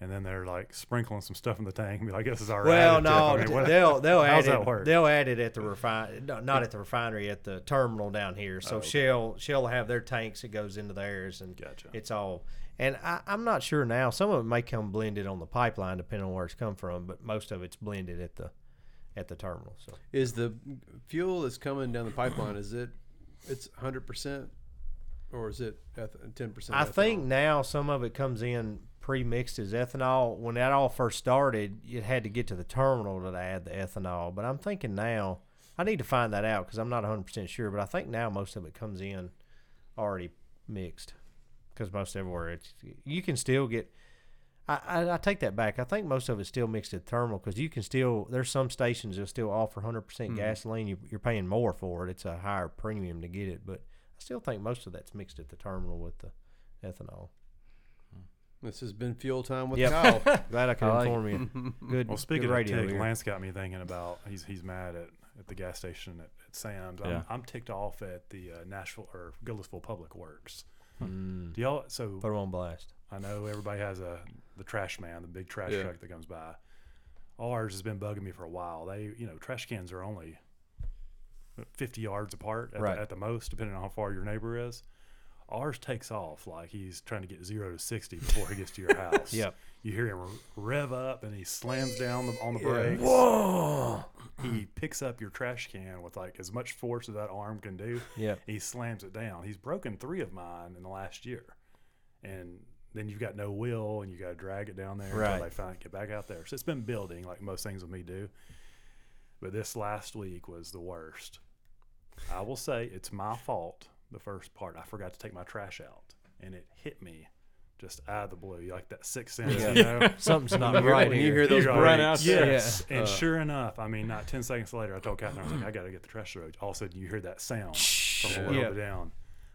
and then they're like sprinkling some stuff in the tank. And be like, "This is our
well,
additive."
no,
I mean, what-
they'll they'll add
how's
it.
that work?
They'll add it at the refine, no, not at the refinery, at the terminal down here. So Shell Shell will have their tanks. It goes into theirs, and
Oh, Gotcha.
it's all. And I, I'm not sure now. Some of it may come blended on the pipeline, depending on where it's come from. But most of it's blended at the at the terminal. So
Is the fuel that's coming down the pipeline is it it's hundred percent or is it ten percent?
I think now some of it comes in pre-mixed as ethanol. When that all first started, it had to get to the terminal to add the ethanol. But I'm thinking now, I need to find that out because I'm not 100% sure, but I think now most of it comes in already mixed because most everywhere it's, you can still get. I, I, I take that back. I think most of it's still mixed at thermal because you can still there's some stations that still offer 100%
Mhm.
gasoline. You, you're paying more for it. It's a higher premium to get it, but I still think most of that's mixed at the terminal with the ethanol.
This has been fuel time with
Yep.
Kyle.
Glad I could
I like-
inform you. Good.
Well, speaking
good
of
radio
tick,
here.
Lance got me thinking about he's he's mad at, at the gas station at, at Sam's. I'm,
Yeah.
I'm ticked off at the uh, Nashville or Gillisville Public Works.
Mm,
Do y'all? So
put 'em on blast.
I know everybody has a the trash man, the big trash
Yeah.
truck that comes by. Ours has been bugging me for a while. They, you know, trash cans are only fifty yards apart at,
Right.
the, at the most, depending on how far your neighbor is. Ours takes off like he's trying to get zero to sixty before he gets to your house.
Yep.
You hear him rev up and he slams down the, on the
Yeah.
brakes. He picks up your trash can with like as much force as that arm can do.
Yep.
He slams it down. He's broken three of mine in the last year, and then you've got no wheel, and you got to drag it down there
Right.
until they finally get back out there. So it's been building, like most things with me do. But this last week was the worst. I will say it's my fault. The first part, I forgot to take my trash out, and it hit me just out of the blue, like that sixth sense, you know.
Something's not
When you-
right
when you
here.
hear those
You're
bread
already-
out
Yes.
Yeah. Uh.
And sure enough, I mean, not 10 seconds later, I told Catherine, I was like, I got to get the trash road. All of a sudden, you hear that sound from a
Yeah.
little bit down.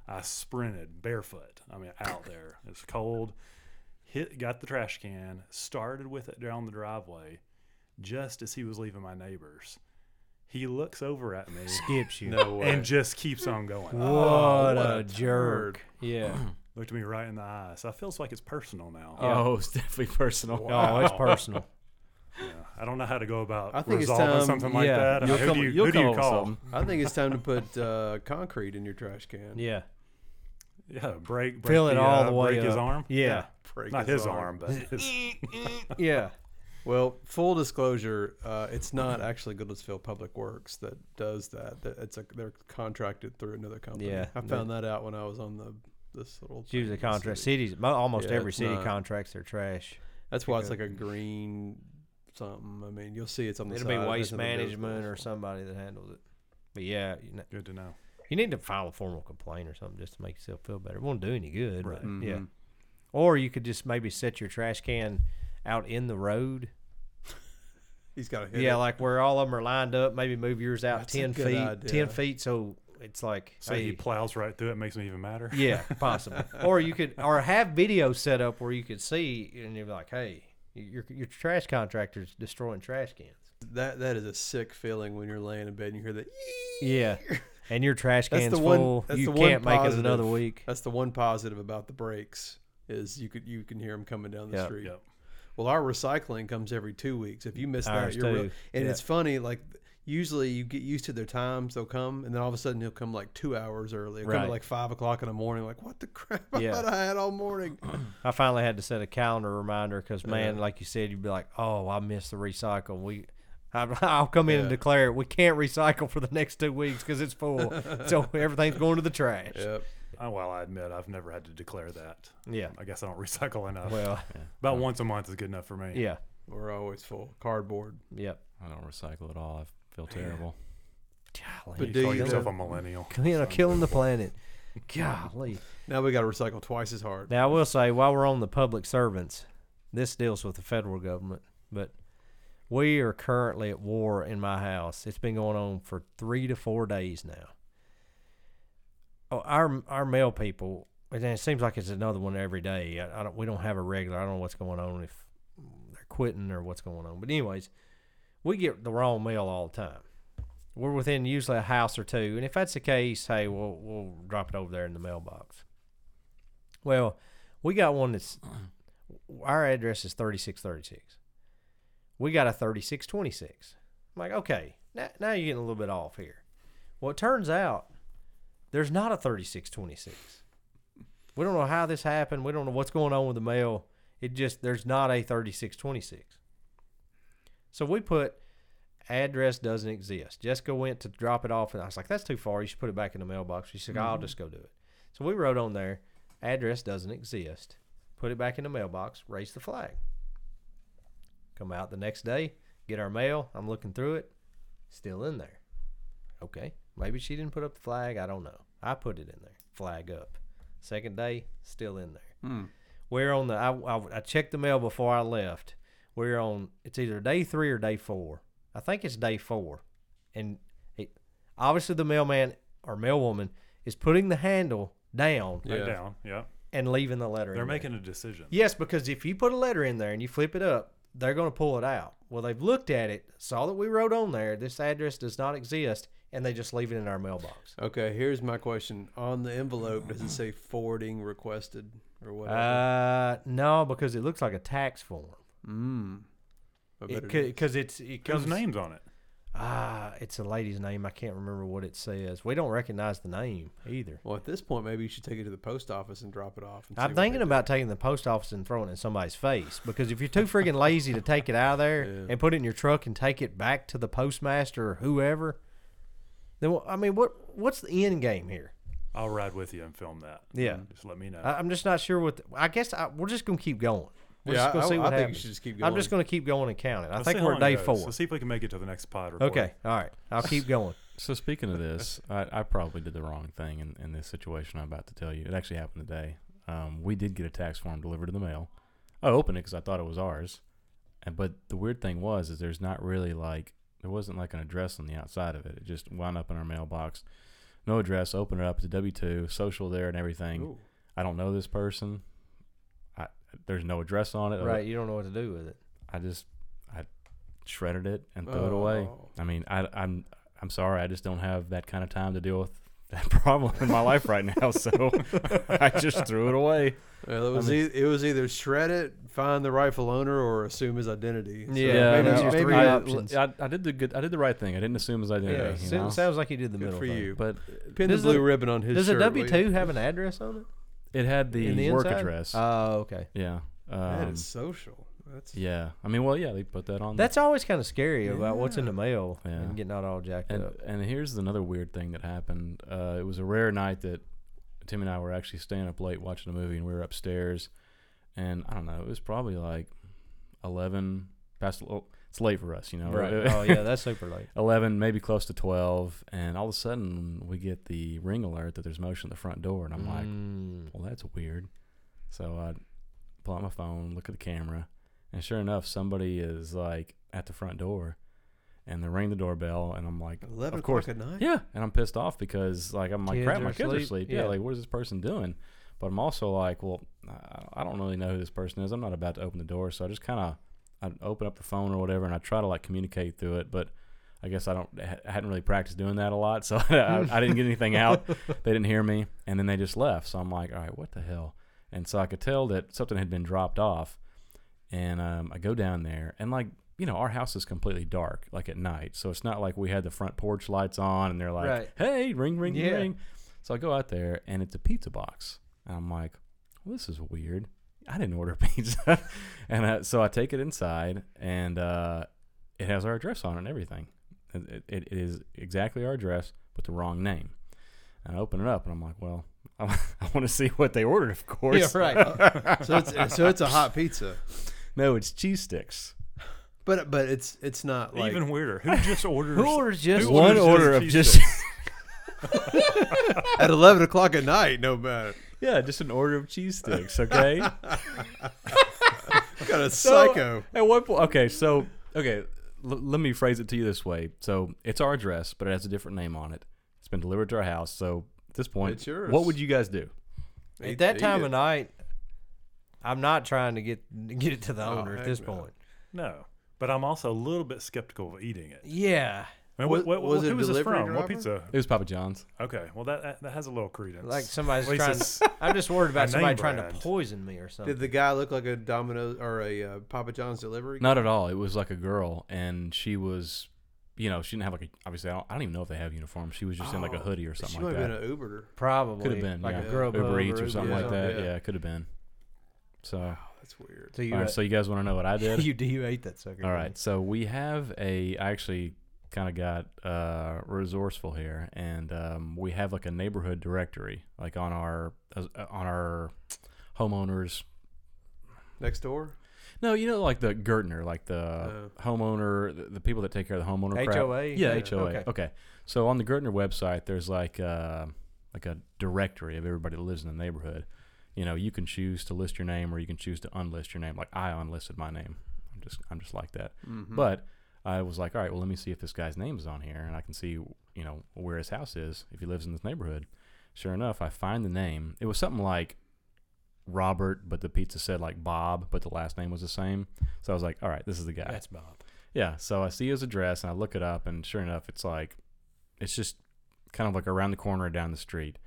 I sprinted barefoot. I mean, out there. It's cold. Hit, got the trash can, started with it down the driveway just as he was leaving my neighbor's. He looks over at me
Skips you.
No way.
and just keeps on going.
What,
Oh, what
a,
a
jerk. Yeah.
Looked me right in the eye. So I feels like it's personal now.
Oh, it's definitely personal.
Oh, it's personal.
Yeah. I don't know how to go about
I think it's
resolving
time-
something like
yeah.
that. I mean,
You'll
who
come,
do you,
you'll
who do
come
you
up with
call?
something.
I think it's time to put uh, concrete in your trash can.
Yeah.
Yeah, break, break
Fill it
the,
all
uh,
the way
break his
up.
arm.
Yeah.
Break
not his, arm, but his,
Yeah.
Well, full disclosure, uh, it's not actually Goodlettsville Public Works that does that. That- It's a, they're contracted through another company.
Yeah.
I found that out when I was on the this little.
It's usually
thing in the
contract.
city.
Cities, mo- almost
Yeah,
every
it's
city
not-
contracts their trash.
That's why it's like a green something. I mean, you'll see it's on the
It'll
side.
be
It has
waste
nothing to do with
management or
Goodlettsville.
somebody that handles it. But yeah, you, know,
good to know.
you need to file a formal complaint or something just to make yourself feel better. It won't do any good.
Right.
but Yeah.
Mm-hmm.
Or you could just maybe set your trash can out in the road.
He's got a hit.
Yeah,
it.
like where all of them are lined up. Maybe move yours out
That's a
ten
good
feet.
idea.
Ten feet, so it's like
So he
hey,
plows right through it. Makes me even madder.
yeah, possible. or you could, or have video set up where you could see, and you're like, hey, your your trash contractor's destroying trash cans.
that that is a sick feeling when you're laying in bed and you hear that.
Yeah, and your trash
That's
can's
the one-
full.
that's
you
the one
can't make it another
positive.
week.
That's the one positive about the brakes is you could you can hear them coming down the
Yep.
street.
Yep.
Well, our recycling comes every two weeks. If you miss that,
Ours
you're real-
too.
and
Yeah.
it's funny. Like usually, you get used to their times; they'll come, and then all of a sudden, he'll come like two hours early. He'll come
Right.
at like five o'clock in the morning. Like what the crap? I
Yeah.
thought I had all morning.
I finally had to set a calendar reminder because, man, like you said, you'd be like, "Oh, I missed the recycle." We, I, I'll come in and
Yeah.
declare we can't recycle for the next two weeks because it's full, so everything's going to the trash. Yeah.
yep.
Oh, well, I admit I've never had to declare that.
yeah.
I guess I don't recycle enough.
Well,
About once a month is good enough for me.
yeah,
We're always full cardboard.
yep.
I don't recycle at all. I feel terrible.
Golly,
But
You
do
call
you
yourself
though?
a millennial.
you know, killing the planet. Golly.
Now we got to recycle twice as hard.
Now, I will say, while we're on the public servants, this deals with the federal government, but we are currently at war in my house. It's been going on for three to four days now. Oh, our our mail people, and it seems like it's another one every day. I, I don't, we don't have a regular. I don't know what's going on if they're quitting or what's going on. But anyways, we get the wrong mail all the time. We're within usually a house or two, and if that's the case, hey, we'll we'll drop it over there in the mailbox. Well, we got one that's our address is thirty six thirty six. We got a thirty six twenty six. I'm like, okay, now, now you're getting a little bit off here. Well, it turns out there's not a thirty six twenty six. We don't know how this happened. We don't know what's going on with the mail. It just there's not a thirty six twenty six. So we put address doesn't exist. Jessica went to drop it off, and I was like, that's too far. You should put it back in the mailbox. She said, I'll just go do it. So we wrote on there, address doesn't exist. Put it back in the mailbox, raise the flag. Come out the next day, get our mail. I'm looking through it, still in there. Okay. Maybe she didn't put up the flag. I don't know. I put it in there. Flag up. Second day, still in there.
Hmm.
We're on the. I, I, I checked the mail before I left. We're on. It's either day three or day four. I think it's day four, and it, obviously the mailman or mailwoman is putting the handle down
Right
Yeah.
down. Yeah.
and leaving the letter.
They're
in there.
making a decision.
Yes, because if you put a letter in there and you flip it up, they're going to pull it out. Well, they've looked at it, saw that we wrote on there, this address does not exist, and they just leave it in our mailbox.
Okay, here's my question. On the envelope, does it say forwarding requested or whatever?
Uh, no, because it looks like a tax form.
mm. I bet it is.
Because it's it
Whose
comes
name's on it?
Ah, it's a lady's name. I can't remember what it says. We don't recognize the name either.
Well, at this point, maybe you should take it to the post office and drop it off. And see
I'm
what they
thinking
do.
about taking the post office and throwing it in somebody's face because if you're too friggin' lazy to take it out of there
Yeah.
and put it in your truck and take it back to the postmaster or whoever, then wha- I mean, what what's the end game here?
I'll ride with you and film that.
Yeah.
Just let me know.
I, I'm just not sure what. The, I guess I, we're just gonna keep going. We're
Yeah,
just gonna
I-
see
I
what
think you
happens.
should just keep
I'm just gonna keep going and counting. I
Let's see
think
how
we're at
long
day
it goes.
four.
Let's see if we can make it to the next pod report.
Okay, all right. I'll keep going.
So speaking of this, I, I probably did the wrong thing in, in this situation I'm about to tell you. It actually happened today. Um, we did get a tax form delivered in the mail. I opened it because I thought it was ours, and but the weird thing was is there's not really like there wasn't like an address on the outside of it. It just wound up in our mailbox. No address. Open it up. It's a W two social there and everything.
Ooh.
I don't know this person. I, there's no address on it.
Right, you don't know what to do with it.
I just I shredded it and threw it away.
Oh.
I mean, I, I'm I'm sorry, I just don't have that kind of time to deal with that problem in my life right now. So I just threw it away.
Well, it was
mean-
eith- it was either shred it, find the rifle owner, or assume his identity. So
Yeah, Yeah,
maybe,
that's your
maybe
three
I,
options.
I, I did the good. I did the right thing. I didn't assume as I did.
Yeah,
you
So-
know?
sounds like you did the
good
middle
for
thing.
you.
but
Pin the
Does
blue
it-
ribbon on his
Does
shirt.
a W
will you?
two have an address on it?
it had the,
In the
work
inside?
address.
Oh, okay.
yeah.
That
Um,
is social. That's
yeah. I mean, well, yeah, they put that on.
That's always kind of scary about what's in the mail
Yeah.
and getting not all jacked
And
up.
and here's another weird thing that happened. Uh, it was a rare night that Tim and I were actually staying up late watching a movie, and we were upstairs. And I don't know, it was probably like eleven past. Oh, it's late for us, you know.
Right. oh yeah, that's super late.
eleven, maybe close to twelve. And all of a sudden, we get the ring alert that there's motion at the front door, and I'm like,
Mm.
well, that's weird. So I pull out my phone, look at the camera, and sure enough, somebody is like at the front door, and they ring the doorbell, and I'm like.
eleven
Of course.
o'clock at night.
Yeah, and I'm pissed off because like I'm like
Kids
crap,
are
my kids are
asleep.
asleep. Yeah.
Yeah.
like what is this person doing? But I'm also like, well, I- I don't really know who this person is. I'm not about to open the door, so I just kind of I open up the phone or whatever, and I try to like communicate through it, but. I guess I don't I hadn't really practiced doing that a lot, so I, I didn't get anything out. They didn't hear me, and then they just left. So I'm like, all right, what the hell? And so I could tell that something had been dropped off, and um, I go down there, and like you know, our house is completely dark, like at night, so it's not like we had the front porch lights on, and they're like,
Right.
hey, ring, ring,
Yeah.
ring. So I go out there, and it's a pizza box, and I'm like, well, this is weird. I didn't order pizza, and I, so I take it inside, and uh, it has our address on it and everything. It, it, it is exactly our address, but the wrong name. And I open it up and I'm like, well, I, want to see what they ordered, of course.
Yeah, right.
uh, so it's so it's a hot pizza,
No, it's cheese sticks.
but but it's it's not like
Even weirder. Who just orders?
Who orders just
Who
One
orders
order of
cheese
just,
sticks?
at eleven o'clock at night. No matter
yeah, just an order of cheese sticks, okay?
what kind of
So,
psycho.
At what point? Okay, so okay, l- let me phrase it to you this way. So it's our address, but it has a different name on it. It's been delivered to our house. So at this point,
It's yours.
what would you guys do?
at
Eat-
that
eat
time
it.
of night? I'm not trying to get get it to the
Oh,
owner at
heck
this
no.
point.
No. But I'm also a little bit skeptical of eating it.
Yeah,
I mean,
Was-
what, what,
was it
who is this
delivery
from? What
driver?
pizza?
It was Papa John's.
Okay, well that that, that has a little credence.
like somebody's
At least
trying.
it's-
I'm just worried
a
about
name
somebody trying to
brand.
poison me or something.
Did the guy look like a Domino or a uh, Papa John's delivery?
Not at all. It was like a girl, and she was, you know, she didn't have like a, obviously, I don't, I don't even know if they have uniforms. She was just in like a
Oh,
hoodie or
she
something
might
like
have
that.
been an Uberer.
Probably
Could have been
like
yeah.
a Grubhub
Uber Eats or something like
something.
that. Yeah,
Yeah.
it could have been. So,
That's weird.
So you,
all right,
ate-
so you guys want to know what I did?
you do you ate that sucker?
all
didn't
right, so we have a. I actually kind of got uh, resourceful here, and um, we have like a neighborhood directory, like on our uh, on our homeowners
Next door.
No, you know, like the Gertner, like the
Oh.
homeowner, the, the people that take care of the homeowner. crap.
HOA.
Yeah, HOA. Okay.
Okay.
So on the Gertner website, there's like uh, like a directory of everybody that lives in the neighborhood. You know, you can choose to list your name, or you can choose to unlist your name. Like I unlisted my name. I'm just I'm just like that.
Mm-hmm.
Mhm.
But I was like, all right, well, let me see if this guy's name is on here, and I can see you know where his house is if he lives in this neighborhood. Sure enough, I find the name. It was something like Robert, but the pizza said like Bob, but the last name was the same. So I was like, all right, this is the guy.
That's Bob.
Yeah, so I see his address and I look it up, and sure enough, it's like, it's just kind of like around the corner down the street.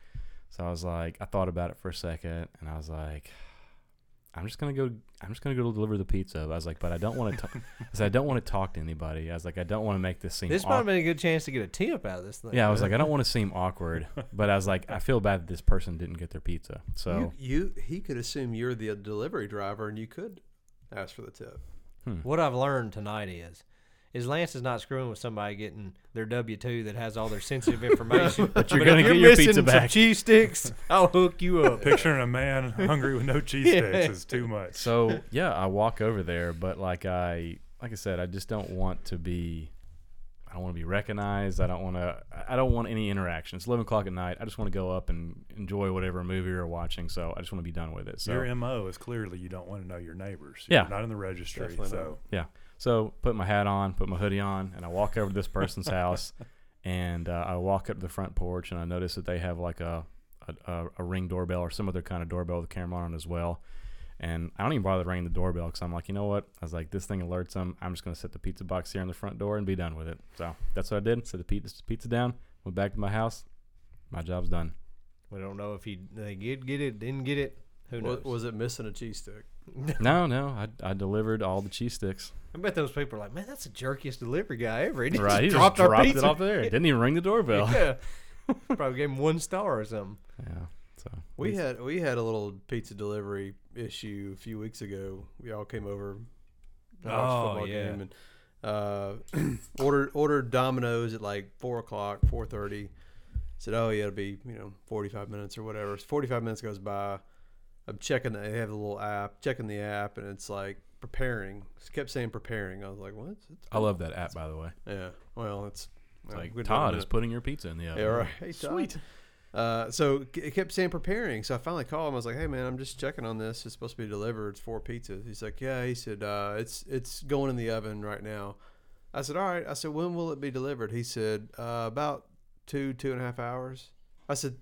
So I was like, I thought about it for a second, and I was like, I'm just gonna go. I'm just gonna go deliver the pizza. I was like, but I don't want to. I said, I don't want to talk to anybody. I was like, I don't want to make this seem.
This might
awkward.
have been a good chance to get a tip out of this thing.
yeah, I was like, I don't want to seem awkward, but I was like, I feel bad that this person didn't get their pizza. So
you, you he could assume you're the delivery driver and you could ask for the tip.
What I've learned tonight is, is Lance is not screwing with somebody getting their W two that has all their sensitive information.
But you're
if
gonna
you're
get your
missing
pizza
some
back.
cheese sticks. I'll hook you up.
Picturing a man hungry with no cheese sticks is too much.
so yeah, I walk over there, but like I like I said, I just don't want to be. I don't want to be recognized. I don't want to. I don't want any interaction. It's eleven o'clock at night. I just want to go up and enjoy whatever movie you're watching. So I just want to be done with it. So
your MO is clearly you don't want to know your neighbors.
Yeah.
You're not in the registry.
Definitely
so
yeah. So put my hat on, put my hoodie on, and I walk over to this person's house, and uh, I walk up to the front porch, and I notice that they have like a a, a, a ring doorbell or some other kind of doorbell with a camera on it as well. And I don't even bother ringing the doorbell because I'm like, you know what? I was like, this thing alerts them. I'm just gonna set the pizza box here in the front door and be done with it. So that's what I did. Set the pizza pizza down. Went back to my house. My job's done.
We don't know if he they did get it, didn't get it. Who knows?
Was, was it missing a cheese stick?
No, no, I, I delivered all the cheese sticks.
I bet those people are like, man, that's the jerkiest delivery guy ever. He just
Right, he
dropped
just
our
dropped
pizza.
it off there. Didn't even ring the doorbell.
Yeah. Probably gave him one star or something.
Yeah. So
We had we had a little pizza delivery issue a few weeks ago. We all came over, watched a
Oh,
football
yeah.
game, and uh, ordered ordered Domino's at like four o'clock, four thirty. Said, oh yeah, it'll be you know forty five minutes or whatever. So forty five minutes goes by. I'm checking. The, they have a little app. Checking the app, and it's like preparing. It kept saying preparing. I was like, what? It's-
I love that app, by the way.
yeah. Well, it's
It's
well,
like
good
Todd
luck.
is putting your pizza in the oven.
Yeah, right. Hey, Todd.
Sweet.
Uh, so k- it kept saying preparing. So I finally called him. I was like, "Hey, man, I'm just checking on this. It's supposed to be delivered. It's four pizzas." He's like, "Yeah." He said, uh, "It's it's going in the oven right now." I said, "All right." I said, "When will it be delivered?" He said, uh, "About two two and a half hours." I said,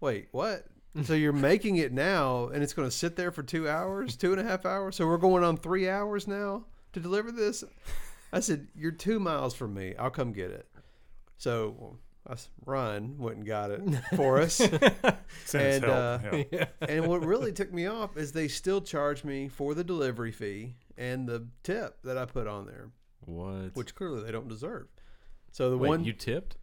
"Wait, what?" so you're making it now, and it's going to sit there for two hours, two and a half hours. So we're going on three hours now to deliver this. I said, "You're two miles from me. I'll come get it." So I s- Ryan went and got it for us.
send us
And,
help.
uh,
yeah.
and what really took me off is they still charged me for the delivery fee and the tip that I put on there,
What?
which clearly they don't deserve. So the
Wait,
one,
you tipped?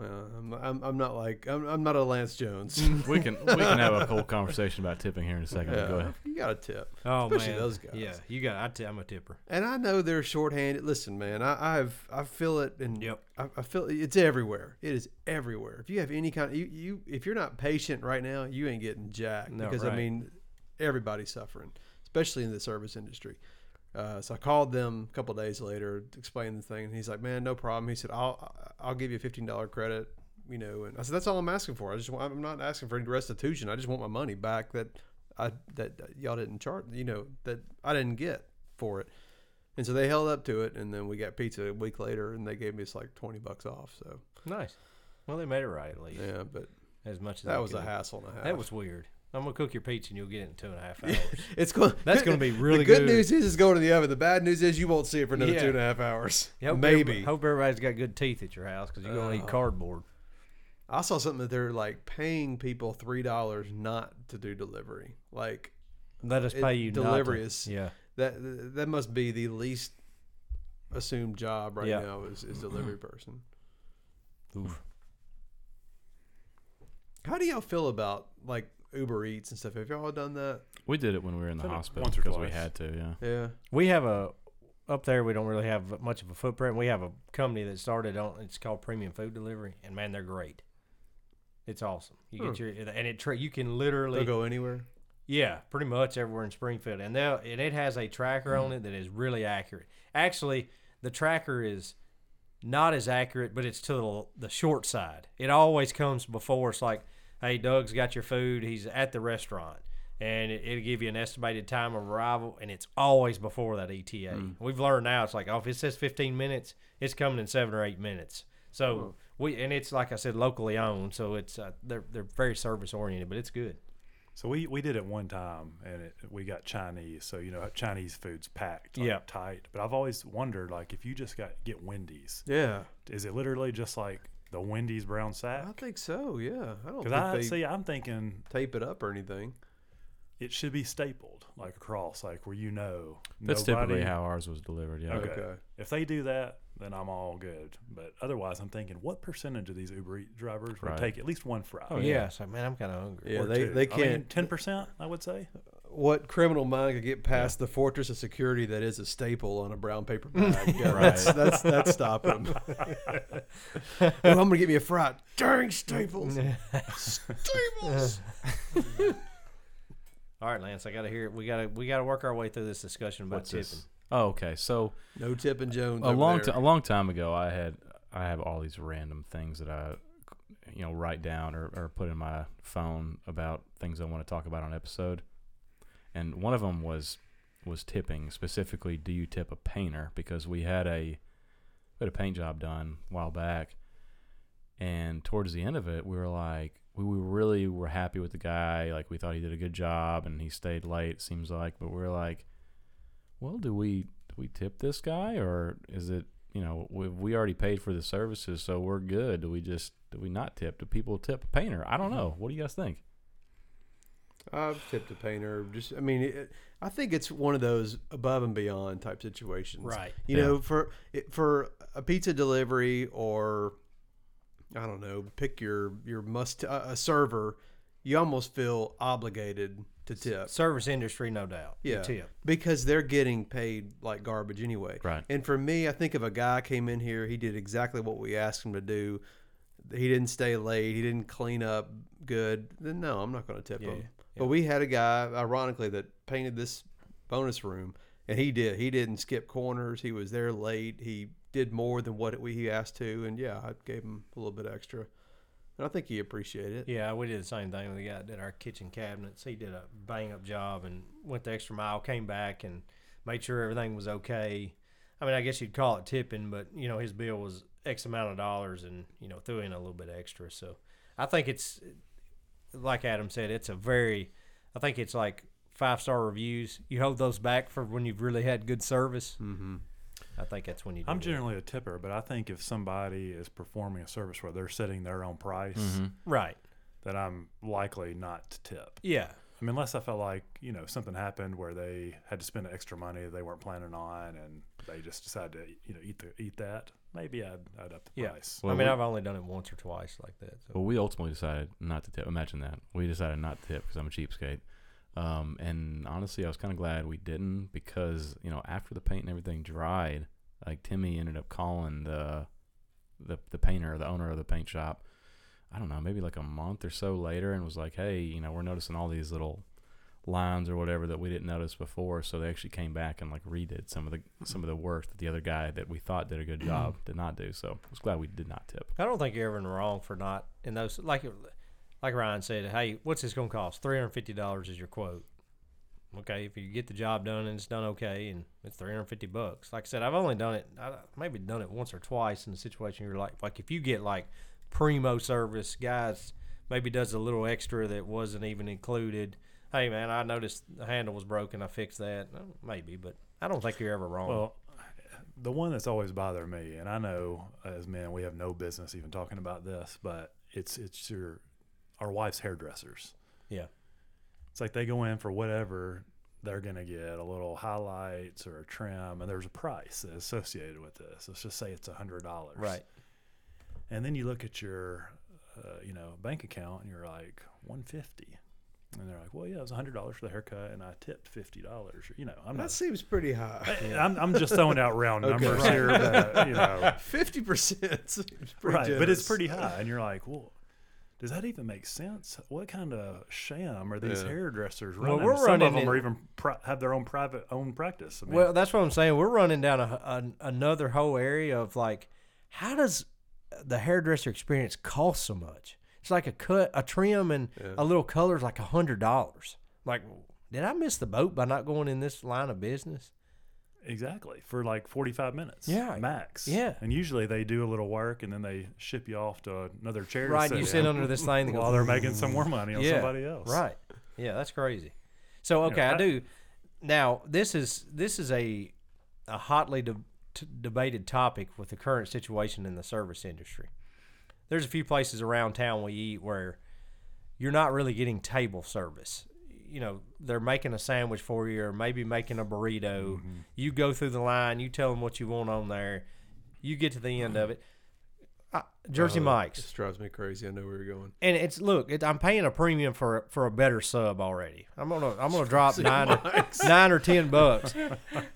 uh, I'm, I'm, I'm not like I'm, I'm not a Lance Jones.
We can we can have a whole conversation about tipping here in a second. but Go
Yeah,
ahead.
you got a tip.
Oh
Especially
man,
those guys.
Yeah, you got. I t- I'm a tipper.
And I know they're shorthanded. Listen, man, I, I've I feel it, and
Yep.
I, I feel it's everywhere. It is everywhere. If you have any kind, you, you if you're not patient right now, you ain't getting jack
No,
because I
right.
mean, everybody's suffering, especially in the service industry. Uh, so I called them a couple days later, to explain the thing, and he's like, "Man, no problem." He said, "I'll I'll give you a fifteen dollar credit." You know, and I said, "That's all I'm asking for. I just want, I'm not asking for any restitution. I just want my money back that I that y'all didn't charge. You know, that I didn't get for it." And so they held up to it, and then we got pizza a week later, and they gave me us like twenty bucks off. So
Nice. Well, they made it right at least.
yeah, but
As much as
that
I
was a
could.
hassle and a half.
That was weird. I'm gonna cook your pizza and you'll get it in two and a half hours.
it's going.
That's gonna be really
the good,
good.
news is it's going to the oven. The bad news is you won't see it for another
Yeah.
two and a half hours.
Yeah, hope everybody-
Maybe.
Hope everybody's got good teeth at your house because you're gonna eat cardboard.
I saw something that they're like paying people three dollars not to do delivery. Like
Let us
it-
pay you not to-
delivery is
Yeah.
that that must be the least assumed job right
Yeah.
now is, is delivery person.
Oof.
How do y'all feel about like Uber Eats and stuff? Have y'all done that?
We did it when we were in the
Did it
hospital
once or
because we
twice.
had to. Yeah.
Yeah.
We have a up there. We don't really have much of a footprint. We have a company that started on. It's called Premium Food Delivery, and man, Hmm. they're great. It's awesome. You get your and it tra- you can literally
They'll go anywhere.
Yeah, pretty much everywhere in Springfield, and they'll- and it has a tracker on it that is really accurate. Actually, the tracker is not as accurate, but it's to the, the short side. It always comes before it's like, "Hey, Doug's got your food. He's at the restaurant." And it, it'll give you an estimated time of arrival, and it's always before that ETA. We've learned now it's like, oh, if it says 15 minutes, it's coming in seven or eight minutes. So we, and it's like I said, locally owned, so it's uh, they're they're very service oriented, but it's good.
So we, we did it one time, and it, we got Chinese. So you know Chinese food's packed, like,
Yeah.
tight. But I've always wondered, like, if you just got get Wendy's,
Yeah,
is it literally just like the Wendy's brown
I
sack?
think so. Yeah, I don't
Because
think
I
they
see, I'm thinking
tape it up or anything.
it should be stapled like across, like where you know
That's
nobody.
typically how ours was delivered. Yeah.
Okay.
Okay.
If they do that, then I'm all good. But otherwise, I'm thinking, what percentage of these Uber Eats drivers would
Right.
take at least one fry?
Oh yeah, so man, I'm kind of hungry.
Yeah, they, they can't.
Ten percent, I would say.
what criminal mind could get past the fortress of security that is a staple on a brown paper bag? Yeah, That's that's that's stopping. them. well, I'm gonna get me a fried. Dang staples, staples.
All right, Lance, I gotta hear. We gotta we gotta work our way through this discussion about
What's
tipping.
this? Oh, okay. So
No tipping Jones.
a
over
long,
there.
ti- a long time ago, I had, I have all these random things that I, you know, write down or, or put in my phone about things I want to talk about on an episode, and one of them was, was tipping specifically. Do you tip a painter? Because we had a, we had a paint job done a while back, and towards the end of it, we were like, we, we really were happy with the guy. Like we thought he did a good job, and he stayed late. Seems like, but we we're like, well, do we do we tip this guy, or is it you know we we already paid for the services, so we're good? Do we just do we not tip? Do people tip a painter? I don't know. What do you guys think?
I've tipped a painter. Just, I mean, it, I think it's one of those above and beyond type situations,
Right.
You
Yeah.
know, for it- for a pizza delivery or I don't know, pick your your must uh, a server, you almost feel obligated to tip.
Service industry, no doubt. You
Yeah,
Tip.
because they're getting paid like garbage anyway.
Right.
And for me, I think if a guy came in here, he did exactly what we asked him to do. He didn't stay late. He didn't clean up good. Then no, I'm not going to tip him. But we had a guy, ironically, that painted this bonus room, and he did. He didn't skip corners. He was there late. He did more than what we he asked to, and yeah, I gave him a little bit extra, and I think he appreciated it.
Yeah, we did the same thing with the guy that did our kitchen cabinets. He did a bang up job and went the extra mile, came back and made sure everything was okay. I mean, I guess you'd call it tipping, but you know, his bill was X amount of dollars and, you know, threw in a little bit extra. So I think it's like Adam said, it's a very I think it's like five star reviews. You hold those back for when you've really had good service. Mm-hmm. I think that's when you do
I'm
it.
generally a tipper, but I think if somebody is performing a service where they're setting their own price,
Mm-hmm.
right.
that I'm likely not to tip.
Yeah.
I mean, unless I felt like you know something happened where they had to spend extra money they weren't planning on, and they just decided to you know eat the, eat that. Maybe I'd, I'd up the
Yeah.
price.
Well,
I mean,
we-
I've only done it once or twice like that. So.
Well, we ultimately decided not to tip. Imagine that. We decided not to tip because I'm a cheapskate. Um, and honestly, I was kind of glad we didn't because you know after the paint and everything dried, like Timmy ended up calling the the the painter, the owner of the paint shop. I don't know, maybe like a month or so later, and was like, hey, you know, we're noticing all these little lines or whatever that we didn't notice before. So they actually came back and like redid some of the some of the work that the other guy that we thought did a good job did not do. So I was glad we did not tip.
I don't think you're ever in the wrong for not in those like like Ryan said, hey, what's this gonna cost? Three hundred and fifty dollars is your quote. Okay, if you get the job done and it's done okay, and it's three hundred fifty bucks. Like I said, I've only done it, I maybe done it once or twice in a situation you're like, like if you get like primo service guys, maybe does a little extra that wasn't even included. Hey man, I noticed the handle was broken. I fixed that. Well, Maybe, but I don't think you're ever wrong.
Well, the one that's always bothered me, and I know as men we have no business even talking about this, but it's it's your our wife's hairdressers.
yeah,
It's like they go in for whatever they're gonna get a little highlights or a trim, and there's a price that's associated with this. Let's just say it's a hundred dollars,
right.
And then you look at your uh, you know bank account, and you're like one fifty. And they're like, well, yeah, it was hundred dollars for the haircut, and I tipped fifty dollars. You know, I'm
That
not.
seems pretty high.
I'm, I'm just throwing out round
Okay.
numbers
Right.
here, but, you know.
Fifty percent,
right but it's pretty high and you're like well does that even make sense? What kind of sham are these
Yeah.
hairdressers
Well,
running?
we're
Some
running
of them
in-
are even pri- have their own private own practice. I mean,
Well, that's what I'm saying. We're running down a, an another whole area of like, how does the hairdresser experience cost so much? It's like a cut, a trim, and a little color is like a hundred dollars. Like, did I miss the boat by not going in this line of business?
exactly for like forty five minutes,
Yeah.
max,
Yeah.
And usually they do a little work and then they ship you off to another charity.
Right, you
session
sit under this thing that
while
goes,
they're making some more money on somebody else,
Right. Yeah, that's crazy. So okay, I
I-
do. Now this is this is a a hotly de- t- debated topic with the current situation in the service industry. There's a few places around town we eat where you're not really getting table service. You know, they're making a sandwich for you or maybe making a burrito.
Mm-hmm.
You go through the line, you tell them what you want on there. You get to the end of it. I, Jersey
Uh,
Oh,
Mike's.
This drives me crazy. I know where you're going.
And it's look, it, I'm paying a premium for for a better sub already. I'm gonna I'm gonna drop nine or, nine or ten bucks.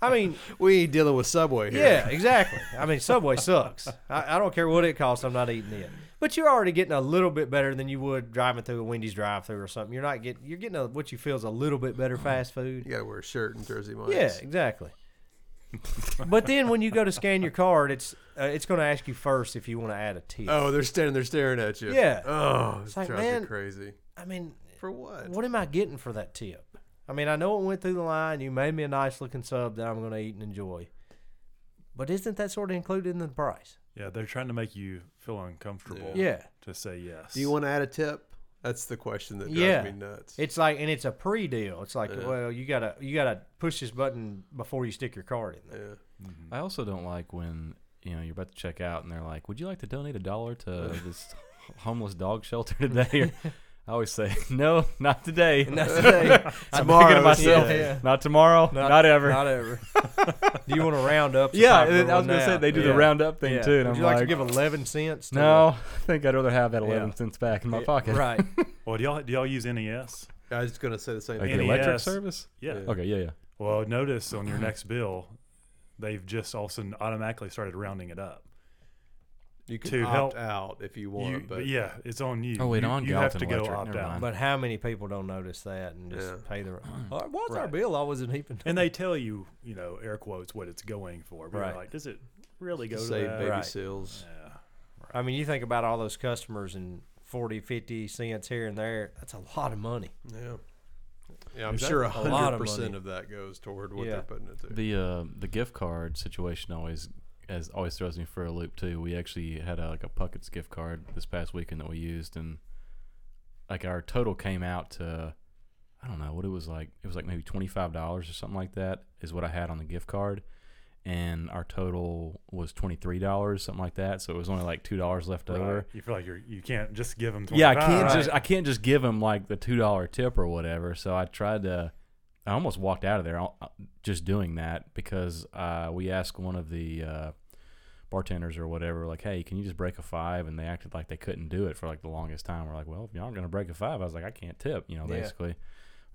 I mean,
We ain't dealing with Subway here.
yeah, exactly. I mean, Subway sucks. I, I don't care what it costs. I'm not eating it. But you're already getting a little bit better than you would driving through a Wendy's drive-through or something. You're not getting you're getting a, what you feel is a little bit better fast food.
You gotta wear a shirt and Jersey Mike's.
Uh-huh. Yeah, exactly. but then when you go to scan your card, it's uh, it's going to ask you first if you want to add a tip.
Oh, they're standing there staring at you.
Yeah.
Oh, it
like,
drives
man-
me crazy.
I mean,
For what?
What am I getting for that tip? I mean, I know it went through the line. You made me a nice looking sub that I'm going to eat and enjoy. But isn't that sort of included in the price?
Yeah, they're trying to make you feel uncomfortable.
Yeah.
to say yes.
Do you want to add a tip? That's the question that drives
Yeah.
me nuts.
It's like, and it's a pre deal. It's like, well, you gotta you gotta push this button before you stick your card in there.
yeah.
Mm-hmm.
I also don't like when you know you're about to check out and they're like, "Would you like to donate a dollar to this homeless dog shelter today?" I always say, "No, not today.
And that's the thing.
I'm
Tomorrow
thinking to
is
myself,
today. Yeah.
not tomorrow,
Not-
not, ever."
Not ever. do you want to round up? the
yeah,
popular
and I was
one
gonna say
now?
they do
Yeah.
the roundup thing
Yeah.
too, and
Would
I'm
you like,
like,
to give eleven cents? to the-
"No, I think I'd rather have that 11
Yeah.
cents back in my pocket."
Right.
Well, do y'all do y'all use NES?
I was gonna say the same
Like
thing.
the
NES.
electric service?
Yeah.
Yeah.
Okay, yeah, yeah.
Well, notice on your next bill, they've just also automatically started rounding it up.
You can
to
opt
help-
out if you want,
You-
but
yeah, it's on you.
Oh, wait,
you,
on
you have
Gallatin
to go
Electric,
opt
never
out.
mind.
But how many people don't notice that and just
Yeah.
pay their? Oh, what's our
Right.
bill? I wasn't even.
And they tell you, you know, air quotes, what it's going for. But
Right.
you're like, does it really go
save
to that?
baby
Right.
seals.
Yeah.
I mean, you think about all those customers and 40, 50 cents here and there. That's a lot of money.
Yeah. Yeah, I'm
Exactly.
sure
A
lot of money.
100% of that goes toward what
Yeah.
they're putting it to.
The uh, the gift card situation always as always throws me for a loop too. We actually had a, like a Puckett's gift card this past weekend that we used, and like our total came out to I don't know what it was like. It was like maybe twenty five dollars or something like that is what I had on the gift card, and our total was twenty three dollars something like that. So it was only like two dollars left over.
Right. You feel like you're you can't just give them. 25.
Yeah, I can't
Right.
just I can't just give him like the two dollar tip or whatever. So I tried to. I almost walked out of there uh, just doing that because uh, we asked one of the uh, bartenders or whatever, like, "Hey, can you just break a five? And they acted like they couldn't do it for like the longest time. We're like, "Well, if you're not gonna break a five, I was like, "I can't tip," you know,
Yeah.
basically.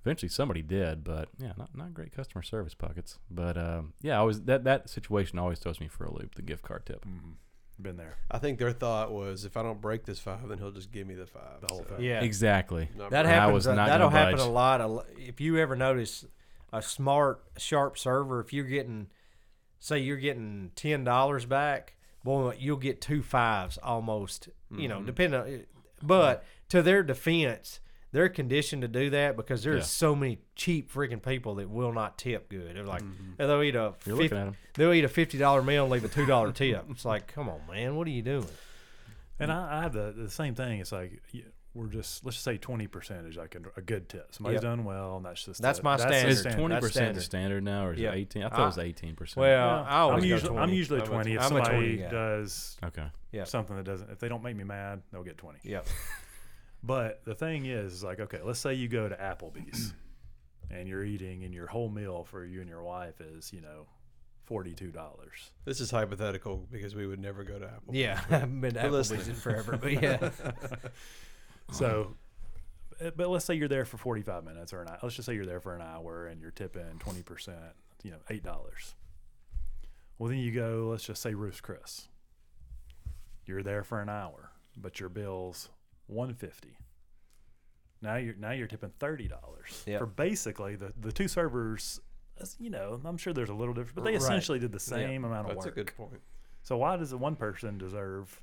Eventually, somebody did, but yeah, not, not great customer service pockets. But um, yeah, I was that that situation always throws me for a loop. The gift card tip.
Mhm. Been there.
I think their thought was if I don't break this five, then he'll just give me the five.
The whole
So,
thing.
Yeah.
Exactly.
not
That
breaking-
And I
happens.
was not
that'll
gonna
happen
budge.
a lot. A lo- If you ever notice a smart, sharp server, if you're getting, say, you're getting ten dollars back, boy, you'll get two fives almost. You
Mm-hmm.
know, depending. on But to their defense, they're conditioned to do that because there's
Yeah.
so many cheap freaking people that will not tip good. They're like,
Mm-hmm.
they'll eat a
You're
50
looking at 'em.
they'll eat a fifty dollar meal and leave a two dollar tip. It's like, come on, man, what are you doing? Mm.
And I, I have the, the same thing. It's like y- we're just let's just say twenty percentage. Like a, a good tip. Somebody's
Yep.
done well, and that's just
That's
the-
my
the
standard.
Is
That's
twenty percent
standard.
the standard Ah, now, or is
Yeah.
it eighteen? I thought it was eighteen percent.
Well,
Yeah.
I always
I'm
go
usually
20.
I'm usually
I'm a-
twenty. If
I'm a
somebody
20 guy.
does
okay.
Yeah.
something that doesn't, if they don't make me mad, they'll get twenty.
Yep.
But the thing is, like, okay, let's say you go to Applebee's and you're eating, and your whole meal for you and your wife is, you know, forty-two dollars.
This is hypothetical because we would never go to Apple.
Yeah, I haven't been to
We're
Applebee's
listening.
in forever, but yeah,
So,
Uh-huh.
uh, but let's say you're there for forty-five minutes or an hour. Let's just say you're there for an hour, and you're tipping twenty percent, you know, eight dollars. Well, then you go. Let's just say Ruth's Chris. You're there for an hour, but your bill's one fifty. Now you're now you're tipping thirty dollars
Yep.
for basically the the two servers. that's- You know, I'm sure there's a little difference, but they
Right.
essentially did the
Yeah,
same amount of
That's a
work.
good point.
So why does the one person deserve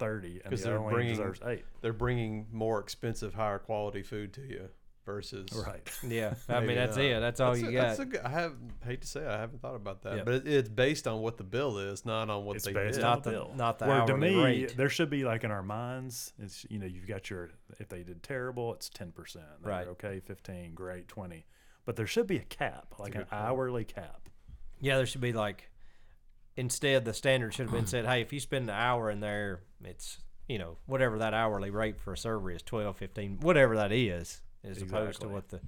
thirty and
'Cause
the
they're
other one
bringing-
deserves eight?
They're bringing more expensive, higher quality food to you versus
Right.
Yeah, I
Maybe
mean that's
not.
it. That's all
That's
you
a-
got.
That's a good, I have hate to say it, I haven't thought about that,
Yeah.
but it, it's based on what the bill is, not on what
It's
they
based
did.
on
not
the
the
bill.
not the
Where to
hourly
me,
rate.
there should be like in our minds, it's you know, you've got your if they did terrible, it's ten percent.
Right.
Okay, fifteen, great, twenty. But there should be a cap, like an hourly cap.
Yeah, there should be like instead the standard should have been said, hey, if you spend an hour in there, it's you know whatever that hourly rate for a server is 12, 15, whatever that is, as opposed to
Exactly.
what the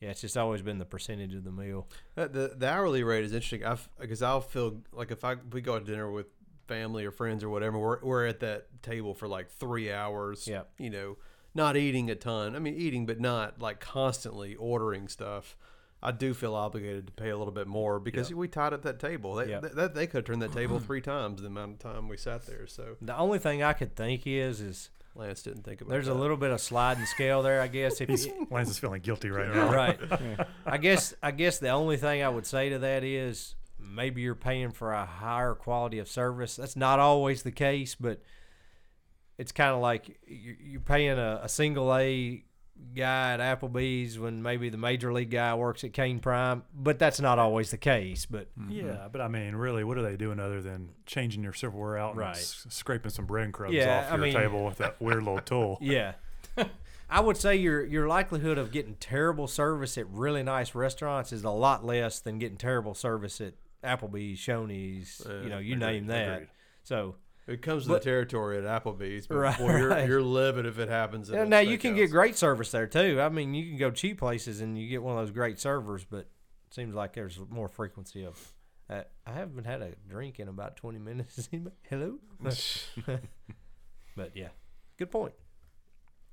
yeah, it's just always been the percentage of the meal.
Uh, The the hourly rate is interesting. I because I'll feel like if I if we go to dinner with family or friends or whatever, we're we're at that table for like three hours.
Yep.
You know, not eating a ton. I mean, eating, but not like constantly ordering stuff. I do feel obligated to pay a little bit more because we tied up that table. They,
Yep.
th- that they could have turned that table three times the amount of time we sat there. So
The only thing I could think is is
Lance didn't think about.
there's a
that.
little bit of sliding scale there, I guess. If
He's,
you,
Lance is feeling guilty right now.
right. I guess I guess the only thing I would say to that is maybe you're paying for a higher quality of service. That's not always the case, but it's kind of like you- you're paying a, a single A guy at Applebee's when maybe the major league guy works at Kane Prime, but that's not always the case. But
Yeah, but I mean, really, what are they doing other than changing your silverware out and
Right.
s- scraping some breadcrumbs
Yeah,
off
I
your
mean-
table with that weird little tool?
yeah. I would say your your likelihood of getting terrible service at really nice restaurants is a lot less than getting terrible service at Applebee's, Shoney's, you know, you name that.
agreed.
So
It comes to
But-
the territory at Applebee's, but
Right,
boy, you're,
right.
you're livid if it happens. at
Yeah,
a
now you can
steakhouse.
get great service there too. I mean, you can go cheap places and you get one of those great servers, but it seems like there's more frequency of. Uh, I haven't had a drink in about twenty minutes. Is anybody- Hello, but yeah, good point.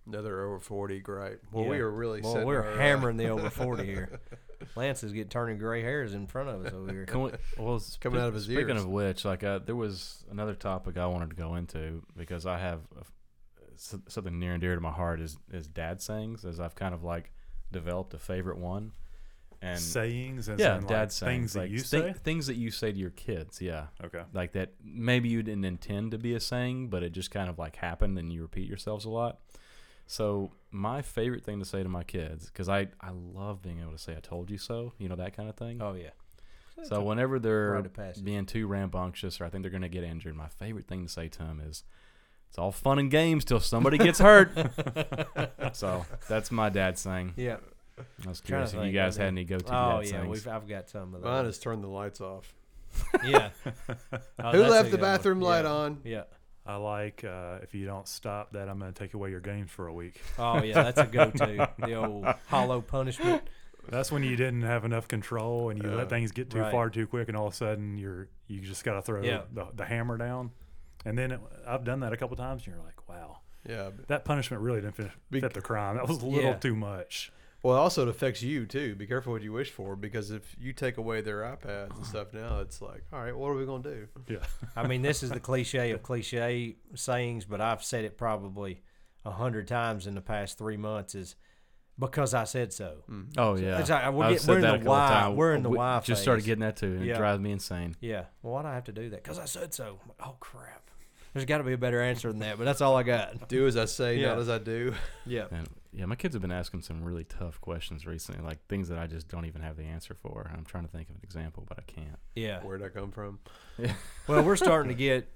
another over forty gripe. Well, we
Yeah.
are really
Well,
setting
we're
our, uh,
hammering the over forty here. Lance is getting turning gray hairs in front of us over here.
Can we, well,
Coming out of his
speaking
ears.
of which, like uh, there was another topic I wanted to go into because I have a f s something near and dear to my heart is is dad sayings, as I've kind of like developed a favorite one. And
sayings as
yeah,
in, like,
dad
things
sayings,
that
like
you
thi-
say.
things that you say to your kids. Yeah,
Okay.
like that maybe you didn't intend to be a saying, but it just kind of like happened and you repeat yourselves a lot. So my favorite thing to say to my kids, because I I love being able to say "I told you so," you know that kind of thing.
Oh yeah,
So whenever they're
rite of passage.
being too rambunctious or I think they're going to get injured, my favorite thing to say to them is, "It's all fun and games till somebody gets hurt." so that's my dad's saying.
yeah.
I was
Trying to
curious if you
think,
guys
wasn't
had
it?
any go-to
Oh
dad
yeah,
sayings.
we've, I've got some of
Mine
those.
is turn the lights off.
Yeah. Oh,
Who
that's
left the
a good one.
bathroom light
Yeah.
on?
Yeah.
I like uh, if you don't stop that, I'm going to take away your games for a week.
Oh yeah, that's a go-to. the old hollow punishment.
That's when you didn't have enough control and you let things get too
right.
far too quick, and all of a sudden you're you just got to throw
Yeah.
the, the hammer down. And then it, I've done that a couple times, and you're like, wow,
Yeah. but-
that punishment really didn't fit, fit the crime. That was a little
Yeah.
too much.
Well, also it affects you too. Be careful what you wish for because if you take away their iPads and stuff now, it's like, all right, what are we gonna do?
Yeah,
I mean, this is the cliche of cliche sayings, but I've said it probably a hundred times in the past three months. Is because I said so.
Oh yeah,
It's like, we're
I've
get-
said
we're in
that
the
a couple
why-
times.
we're in the
We
why
Just started
phase.
getting that too, and
Yeah.
it drives me insane.
Yeah. Well, why do I have to do that? Because I said so. I'm like, Oh crap. There's got to be a better answer than that, but that's all I got.
Do as I say,
Yeah.
not as I do.
Yeah.
And yeah, my kids have been asking some really tough questions recently, like things that I just don't even have the answer for. I'm trying to think of an example, but I can't.
Yeah.
Where'd I come from?
Well, we're starting to get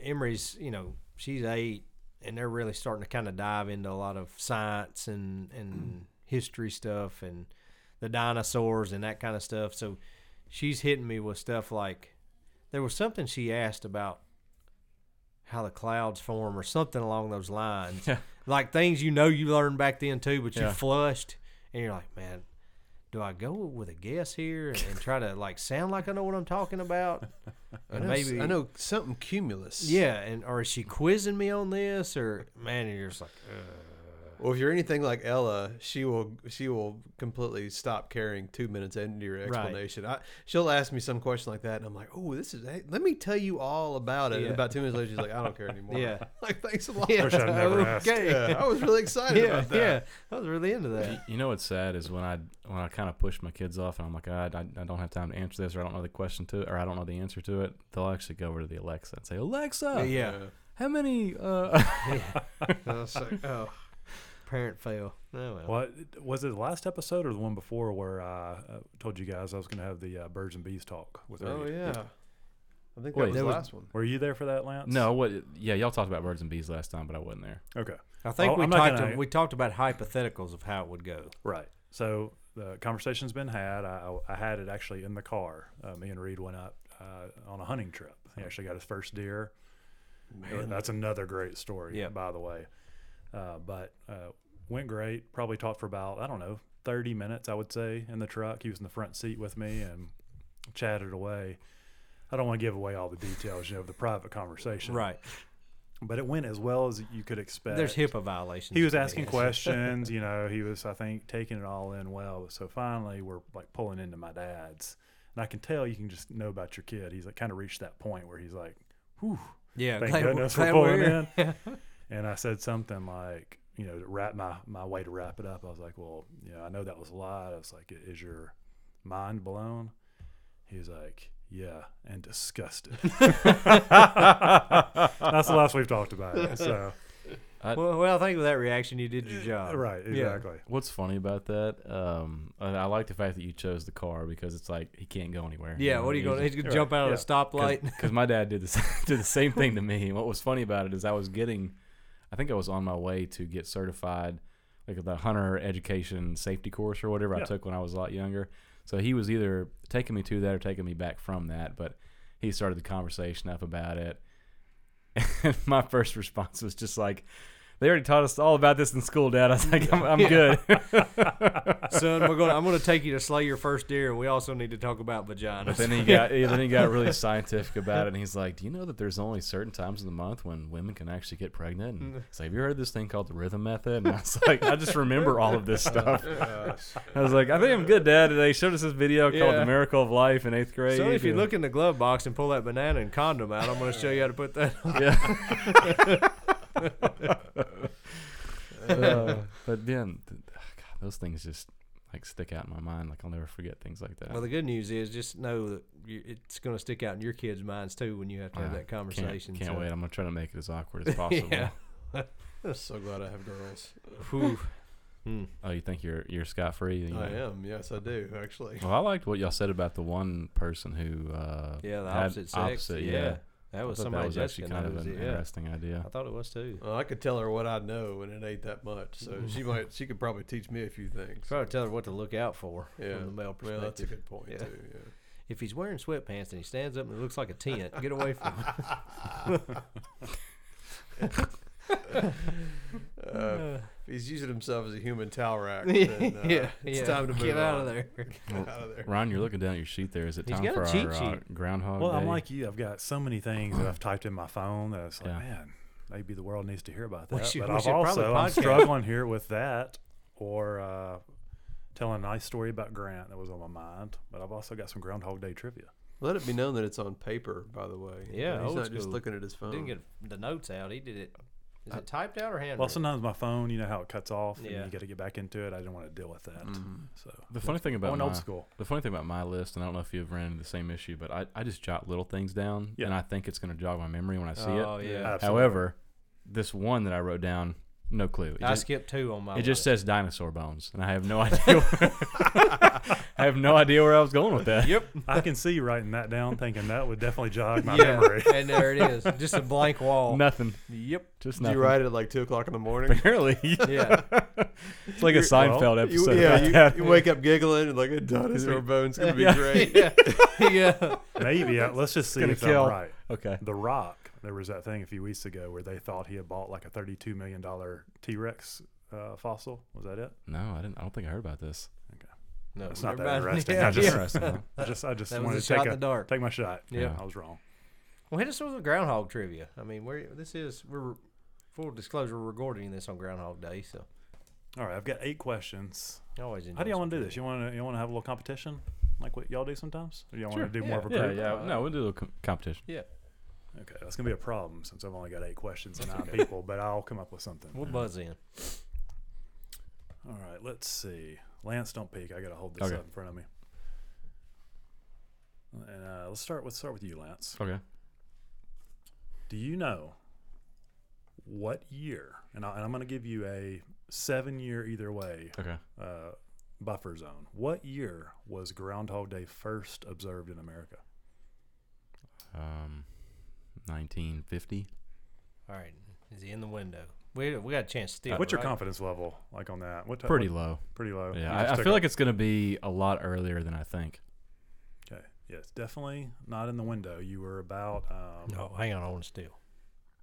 Emery's. You know, she's eight, and they're really starting to kind of dive into a lot of science and and history stuff and the dinosaurs and that kind of stuff. So she's hitting me with stuff like there was something she asked about how the clouds form or something along those lines.
Yeah.
Like things you know you learned back then too, but you
Yeah.
flushed and you're like, man, do I go with a guess here and, and try to like sound like I know what I'm talking about?
I
And
know, s-
maybe-
I know something cumulus.
Yeah, and or is she quizzing me on this or man? And you're just like, uh,
Well, if you're anything like Ella, she will she will completely stop caring two minutes into your explanation. I, she'll ask me some question like that, and I'm like, "Oh, this is hey, let me tell you all about it."
Yeah.
And about two minutes later, she's like, "I don't care anymore."
Yeah.
like thanks a lot.
Yeah.
Wish I'd never asked.
okay.
Yeah, I was really excited
Yeah,
about that.
yeah. I was really into that.
You- You know what's sad is when I when I kind of push my kids off and I'm like, "Ah, I, I don't have time to answer this, or I don't know the question to, it, or I don't know the answer to it. They'll actually go over to the Alexa and say, Alexa,
yeah.
how many? Uh,
I was like, oh, parent fail. Oh, well.
What was it? The last episode or the one before where I uh, told you guys I was going to have the uh, birds and bees talk with
Oh
Reed?
yeah. I think that
Wait,
was
that
the
was-
last one.
Were you there for that, Lance?
no, what? Yeah, y'all talked about birds and bees last time, but I wasn't there.
Okay.
I think
Oh,
we
I'm not
talked.
gonna-
we talked about hypotheticals of how it would go.
Right. So the conversation's been had. I, I I had it actually in the car. Uh, me and Reed went up uh, on a hunting trip. He actually got his first deer. That's another great story,
Yeah.
by the way. Uh, but uh, went great. Probably talked for about, I don't know, 30 minutes, I would say, in the truck. He was in the front seat with me and chatted away. I don't want to give away all the details, you know, of the private conversation.
Right.
But it went as well as you could expect.
There's HIPAA violations.
Uh, He was
to be
asking
had.
questions, you know, he was, I think, taking it all in well. So finally, we're like pulling into my dad's. And I can tell you can just know about your kid. He's like kind of reached that point where he's like, whew,
Yeah.
Thank
glad-
goodness we're
glad
pulling
here.
in. And I said something like, you know, to wrap my, my way to wrap it up. I was like, well, you know, I know that was a lot. I was like, "I- is your mind blown? He's like, yeah, and disgusted. That's the last we've talked about it. So,
Well, well, I think with that reaction, you did your job.
right, exactly.
What's funny about that? Um, and I like the fact that you chose the car because it's like he can't go anywhere.
Yeah. What are you going? He's gonna jump out of
Yeah.
a stoplight.
Because my dad did the s- did the same thing to me. And what was funny about it is I was getting, I think I was on my way to get certified, like the hunter education safety course or whatever I
Yeah.
took when I was a lot younger. So he was either taking me to that or taking me back from that. But he started the conversation up about it, and my first response was just like. They already taught us all about this in school, Dad. I was like, I'm, I'm good.
Son, we're going. to I'm gonna take you to slay your first deer, and we also need to talk about
But
vaginas.
then he got yeah, then he got really scientific about it, and he's like, "Do you know that there's only certain times in the month when women can actually get pregnant?" And he's like, "Have you heard of this thing called the rhythm method?" And I was like, "I just remember all of this stuff." I was like, "I think I'm good, Dad." And they showed us this video called
Yeah.
"The Miracle of Life" in eighth grade.
So if you
and-
look in the glove box and pull that banana and condom out, I'm gonna show you how to put that. on.
yeah. Uh, but then, th- God, those things just like stick out in my mind. Like I'll never forget things like that.
Well, the good news is just know that you, it's gonna stick out in your kids' minds too when you have to have
Uh,
that
Can't-
conversation.
Can't,
so.
wait. I'm gonna try to make it as awkward as possible.
Yeah.
So glad I have girls.
Whew. Hmm.
Oh, you think you're you're scot free?
Oh,
I am. Yes, I do actually.
Well, I liked what y'all said about the one person who. Uh,
Yeah, the
had
opposite sex.
opposite,
yeah.
yeah.
that
I
was
thought
somebody
that was actually
Jessica
kind of
knows
an
it, yeah.
interesting idea.
I thought it was too.
Well, I could tell her what I know, and it ain't that much. So she might, she could probably teach me a few things.
Probably tell her what to look out for
Yeah.
from the male
Well,
perspective.
that's a good point
Yeah.
too. Yeah.
If he's wearing sweatpants and he stands up and it looks like a tent, get away from him.
Uh, if he's using himself as a human towel rack, then, uh, it's time to move
get out of
on.
there.
Get out of there.
Ron, you're looking down at your sheet there. Is it
He's
time
got a
for
cheat
our uh,
sheet.
groundhog?
Well,
Day?
I'm like you. I've got so many things that I've typed in my phone that it's like,
Yeah.
man, maybe the world needs to hear about
We
that.
should-
but
we
I've
should probably
also I'm
podcast.
struggling here with that or uh, telling a nice story about Grant that was on my mind. But I've also got some Groundhog Day trivia.
Let it be known that it's on paper, by the way.
Yeah,
he's
old
not just
school.
looking at his phone.
Didn't get the notes out. He did it.
Uh,
Is it typed out or handwritten?
Well, sometimes my phone, you know how it cuts off,
Yeah.
and you got to get back into it. I didn't want to deal with that. So
the funny thing
I
Mm-hmm. about
went
my,
old school.
the funny thing about my list, and I don't know if you've ran into the same issue, but I, I just jot little things down,
Yeah.
and I think it's going to jog my memory when I see
oh
it.
yeah.
Absolutely.
However, this one that I wrote down, no clue. It
I
just,
skipped two on my.
it just
list.
says dinosaur bones, and I have no idea. I have no idea where I was going with that.
Yep.
I can see you writing that down, thinking that would definitely jog my
yeah,
memory.
and there it is. Just a blank wall.
Nothing.
Yep.
Just
Do
nothing.
you write it at like two o'clock in the morning?
Apparently,
Yeah.
it's like a Seinfeld
You,
episode.
yeah,
about
you,
that.
you wake up giggling and like a dinosaur bone's gonna be great.
yeah. Yeah.
Maybe uh, let's just see
gonna
if
kill.
I'm right.
okay.
The Rock. There was that thing a few weeks ago where they thought he had bought like a thirty-two million dollar T Rex uh, fossil. Was that it?
No, I didn't. I don't think I heard about this.
No,
It's not that
everybody-
interesting.
Yeah,
I just-
yeah.
Interesting. huh?
I just, I just
That was
wanted
a
to
shot
take
in
a
the dark.
take my shot.
Yeah.
I was wrong.
Well, hit us with the groundhog trivia. I mean, we're this is we're full disclosure. We're recording this on Groundhog Day, so
All right, I've got eight questions.
I always enjoy
How do y'all want to do
something.
this? You want to you want to have a little competition, like what y'all do sometimes? Or y'all
Sure,
want to do more of a
Yeah,
group?
yeah. No, we'll do a little com- competition.
Okay, that's gonna be a problem since I've only got eight questions and nine people, but I'll come up with something.
We'll buzz in.
All right, let's see. Lance, don't peek. I gotta hold this
Okay.
up in front of me. And uh, let's start. Let's start with you, Lance.
Okay.
Do you know what year? And, I, and I'm gonna give you a seven-year either way
Okay.
uh, buffer zone. What year was Groundhog Day first observed in America?
Um, 1950.
All right. Is he in the window? We, we got a chance to steal.
What's
it,
your
right?
confidence level like on that? What
Pretty
What,
low.
pretty low. You
Yeah. I,
just
I
took
feel
a-
like it's going to be a lot earlier than I think.
Okay. Yes, definitely not in the window. You were about. Um,
Oh, hang on. I want to steal.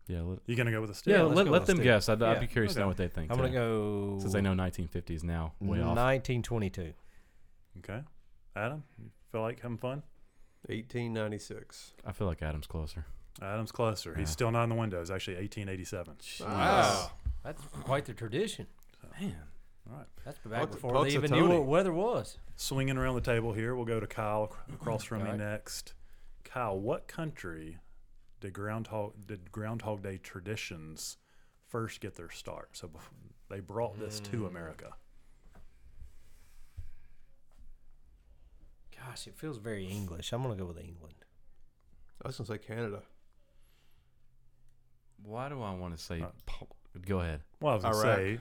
Yeah. Let,
You gonna go with a
yeah.
steal?
let's
Let,
go
let
with
them
Steve.
guess. I'd, I'd
Yeah.
be curious to
Okay.
know what they think.
I'm going
too,
to go.
Since they know 1950 is now way off.
1922.
Okay. Adam, you feel like having fun?
1896.
I feel like Adam's closer.
Adam's closer. He's
Yeah.
still not in the window. It's actually 1887.
Wow.
That's quite the tradition.
Man.
That's back
Punta-
before they
Punta
even knew
Tony.
what weather was.
Swinging around the table here, we'll go to Kyle ac- across from me
Alright.
next. Kyle, what country did Groundhog did Groundhog Day traditions first get their start? So bef- they brought this to America.
Gosh, it feels very English. I'm going to go with England.
I was gonna say Canada.
Why do I want to say?
Uh,
po- Go ahead.
Well, I was gonna
Iraq.
say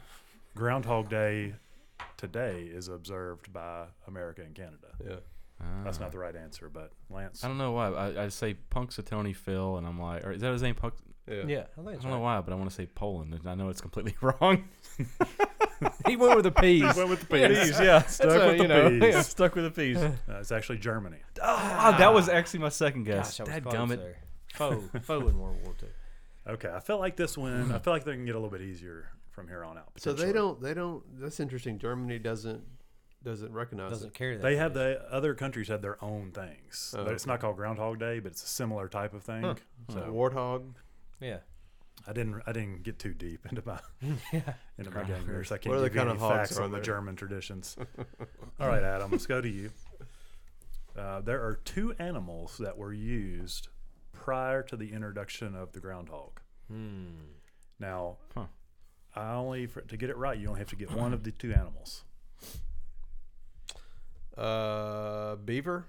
Groundhog Day today is observed by America and Canada.
Yeah.
That's
Ah.
not the right answer, but Lance,
I don't know why. I, I say Punxsutawney Phil, and I'm like, or is that his name? Punk?
Yeah.
Yeah, I
I
think
don't
it's
know
right.
why, but I want to say Poland, and I know it's completely wrong.
He went with the peas.
went with the peas. Yeah, stuck
a-
with the
you know,
peas.
yeah.
Stuck with a piece.
Uh, it's actually Germany.
Ah, that was actually my second guess.
Gosh, I was
That
close
gummit.
there. Foe, foe in World War II.
Okay, I feel like this one. I feel like they can get a little bit easier from here on out.
So they
potentially.
don't. They don't. That's interesting. Germany doesn't doesn't recognize
Doesn't
it.
carry that.
They have the other countries have their own things.
Oh,
Though It's not called Groundhog Day, but it's a similar type of thing. So
Hmm.
Warthog.
Yeah.
I didn't. I didn't get too deep into my
Yeah.
into my game here, so I can't
What other
give you
kind
any
of hogs
facts
are
on the
there?
German traditions. All right, Adam, let's go to you. Uh, there are two animals that were used prior to the introduction of the groundhog.
Hmm.
Now,
Huh.
I only for, to get it right, you only have to get one of the two animals.
Uh, beaver.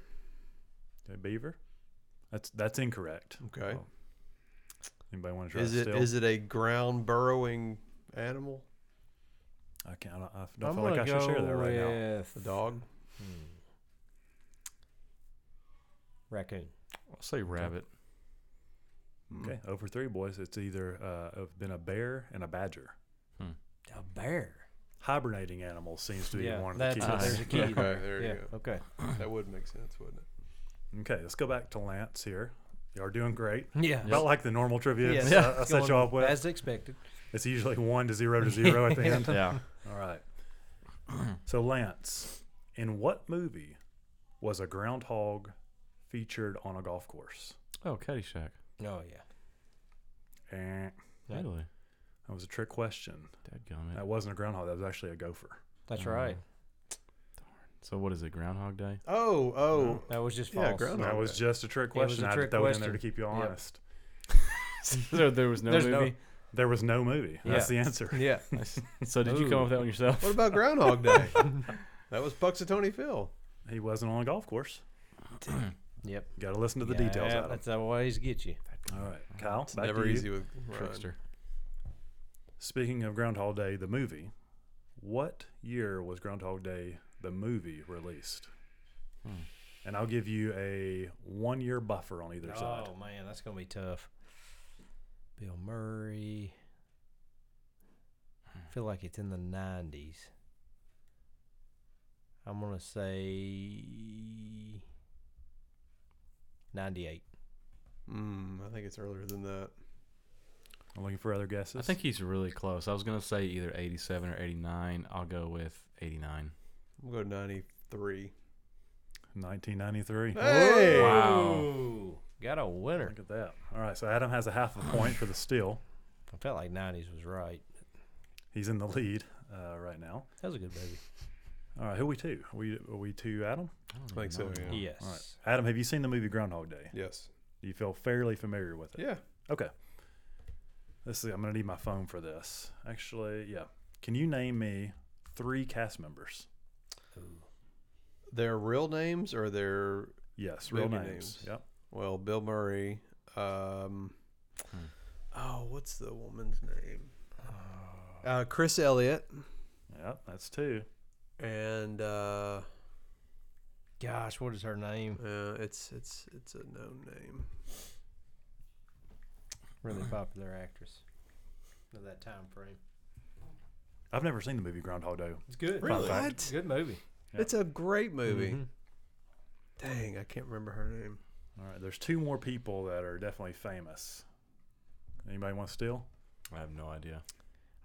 Okay, beaver. That's that's incorrect.
Okay.
Oh, Anybody want to try
is
it?
it
still?
is it a ground burrowing animal?
I can't. I don't, I don't
I'm
feel like
gonna
I should share
go
that right now.
with Hmm.
A dog.
Raccoon.
I'll say rabbit.
Okay, over three boys. It's either uh, it's been a bear and a badger.
A bear.
Hibernating animals seems to be
Yeah,
one of
that's
the keys.
uh, there's a key.
Okay,
there.
there you
yeah.
go.
Okay.
That would make sense, wouldn't it?
Okay, let's go back to Lance here. You are doing great.
Yeah.
About like the normal trivia
Yes.
I- I set
Going
you off with.
As expected.
It's usually one to zero to zero at the end.
Yeah.
All right. So Lance, in what movie was a groundhog featured on a golf course?
Oh, Caddyshack.
Oh yeah.
Eh,
Yeah.
Really?
that was a trick question.
Dead gummit.
That wasn't a groundhog. That was actually a gopher.
That's
Uh,
Mm.
right.
So what is it? Groundhog Day?
Oh, oh.
That was just
Yeah,
false.
ground-
That
Okay.
was just a trick
It was
question.
a
I had to
trick
throw it in there to
question.
keep you
Yep.
honest.
so there was no
There's no-
movie.
There was no movie. That's the answer.
yeah.
so did you come up with that one yourself?
What about Groundhog Day? that was Puxatony Phil.
He wasn't on a golf course.
Yep.
Got to listen to the
yeah,
details out
That's always get you.
All right, Kyle.
It's
Back
never
to you.
easy with Ryan.
Trickster.
Speaking of Groundhog Day, the movie. What year was Groundhog Day the movie released?
Hmm.
And I'll give you a one-year buffer on either side.
Oh man, that's gonna be tough. Bill Murray. I feel like it's in the nineties. I'm gonna say ninety-eight.
Mm, I think it's earlier than that.
I'm looking for other guesses.
I think he's really close. I was gonna say either 87 or 89. I'll go with 89.
We'll go 93.
1993.
Hey!
Wow. Got a winner.
Look at that. All right, so Adam has a half a point for the steal.
I felt like nineties was right.
He's in the lead. uh, right now.
That was a good baby.
All right, who are we to? Are we are we to Adam?
I don't
Think
even
so,
know.
yeah.
Yes.
All right, Adam, have you seen the movie Groundhog Day?
Yes.
Do you feel fairly familiar with it?
Yeah.
Okay. Let's see. I'm gonna need my phone for this. Actually, yeah. Can you name me three cast members?
Their real names or their
Yes, real
Movie
names.
names.
Yep.
well, Bill Murray. Um,
Hmm.
Oh, what's the woman's name? Uh, Chris Elliott
Yep. That's two.
and uh,
Gosh, what is her name?
uh, it's it's it's a known name.
Really popular actress of that time frame.
I've never seen the movie Groundhog Day.
It's good.
Really? fact.
What?
Good movie.
It's a great movie.
Mm-hmm.
Dang, I can't remember her name.
All right. There's two more people that are definitely famous. Anybody want to steal?
I have no idea.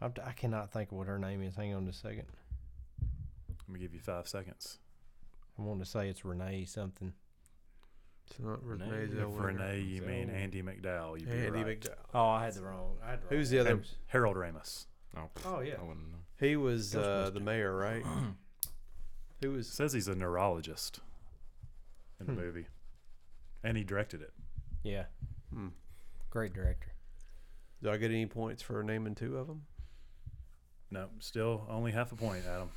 I'm t- I cannot think of what her name is. Hang on just a second.
Let me give you five seconds.
I want to say it's Renee something.
It's not
Renee?
Renee
Yeah,
If
Zellweger.
Renee, you mean
Zellweger.
Andy McDowell. You'd be
Andy
right.
McDowell.
Oh, I had the wrong. I had the
Who's
wrong
the other?
names.
Harold Ramis.
No, pff,
Oh, yeah.
I wouldn't know.
He was uh, the mayor, right? Who was?
says he's a neurologist in the
Hmm.
movie, and he directed it.
Yeah.
Hmm.
Great director.
Do I get any points for naming two of them?
No, still only half a point, Adam.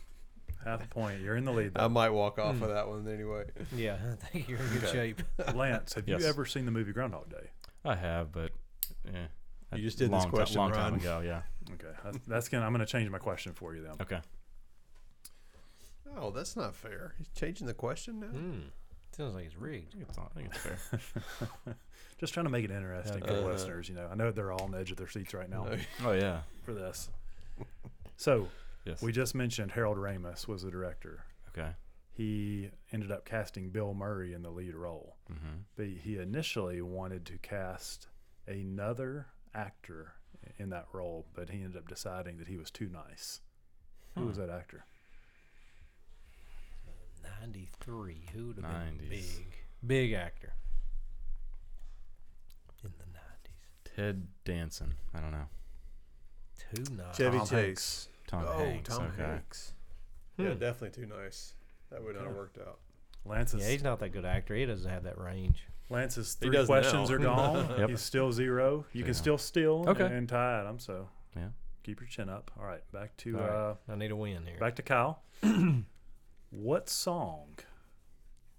Half a point. You're in the lead.
I
Though.
might walk off
Hmm.
of that one anyway.
Yeah, I think you're in good
Okay.
shape.
Lance, have
Yes.
you ever seen the movie Groundhog Day?
I have, but yeah.
You just did this
long ti-
question,
long
Ryan.
time ago. Yeah.
Okay, that's- that's gonna. I'm gonna change my question for you then.
Okay.
Oh, that's not fair. He's changing the question now.
Mm. Sounds like it's rigged.
I think it's, I think it's fair.
Just trying to make it interesting for the
Uh,
listeners. You know, I know they're all on the edge of their seats right now
No.
oh yeah.
for this. So
Yes.
we just mentioned Harold Ramis was the director.
okay.
He ended up casting Bill Murray in the lead role.
Mm-hmm.
but he initially wanted to cast another actor in that role, but he ended up deciding that he was too nice. Who
Hmm.
was that actor?
93. Who would have been
90s.
big? Big actor. In the
Ted Danson. I don't know.
90s. Two Oh, nights.
Chevy
Tom
Chase.
Tom
oh,
Hanks.
Tom
okay.
Hanks.
hmm.
Yeah, definitely too nice. That would not have worked out.
Lance
Yeah,
is,
he's not that good actor. He doesn't have that range.
Lance's
He
three
does
questions
now.
are gone.
Yep.
He's still zero. You
Yeah.
can still steal
Okay.
and, and tie Adam. So
Yeah.
keep your chin up. All right, back to
All right.
uh,
I need a win here.
back to Kyle. what song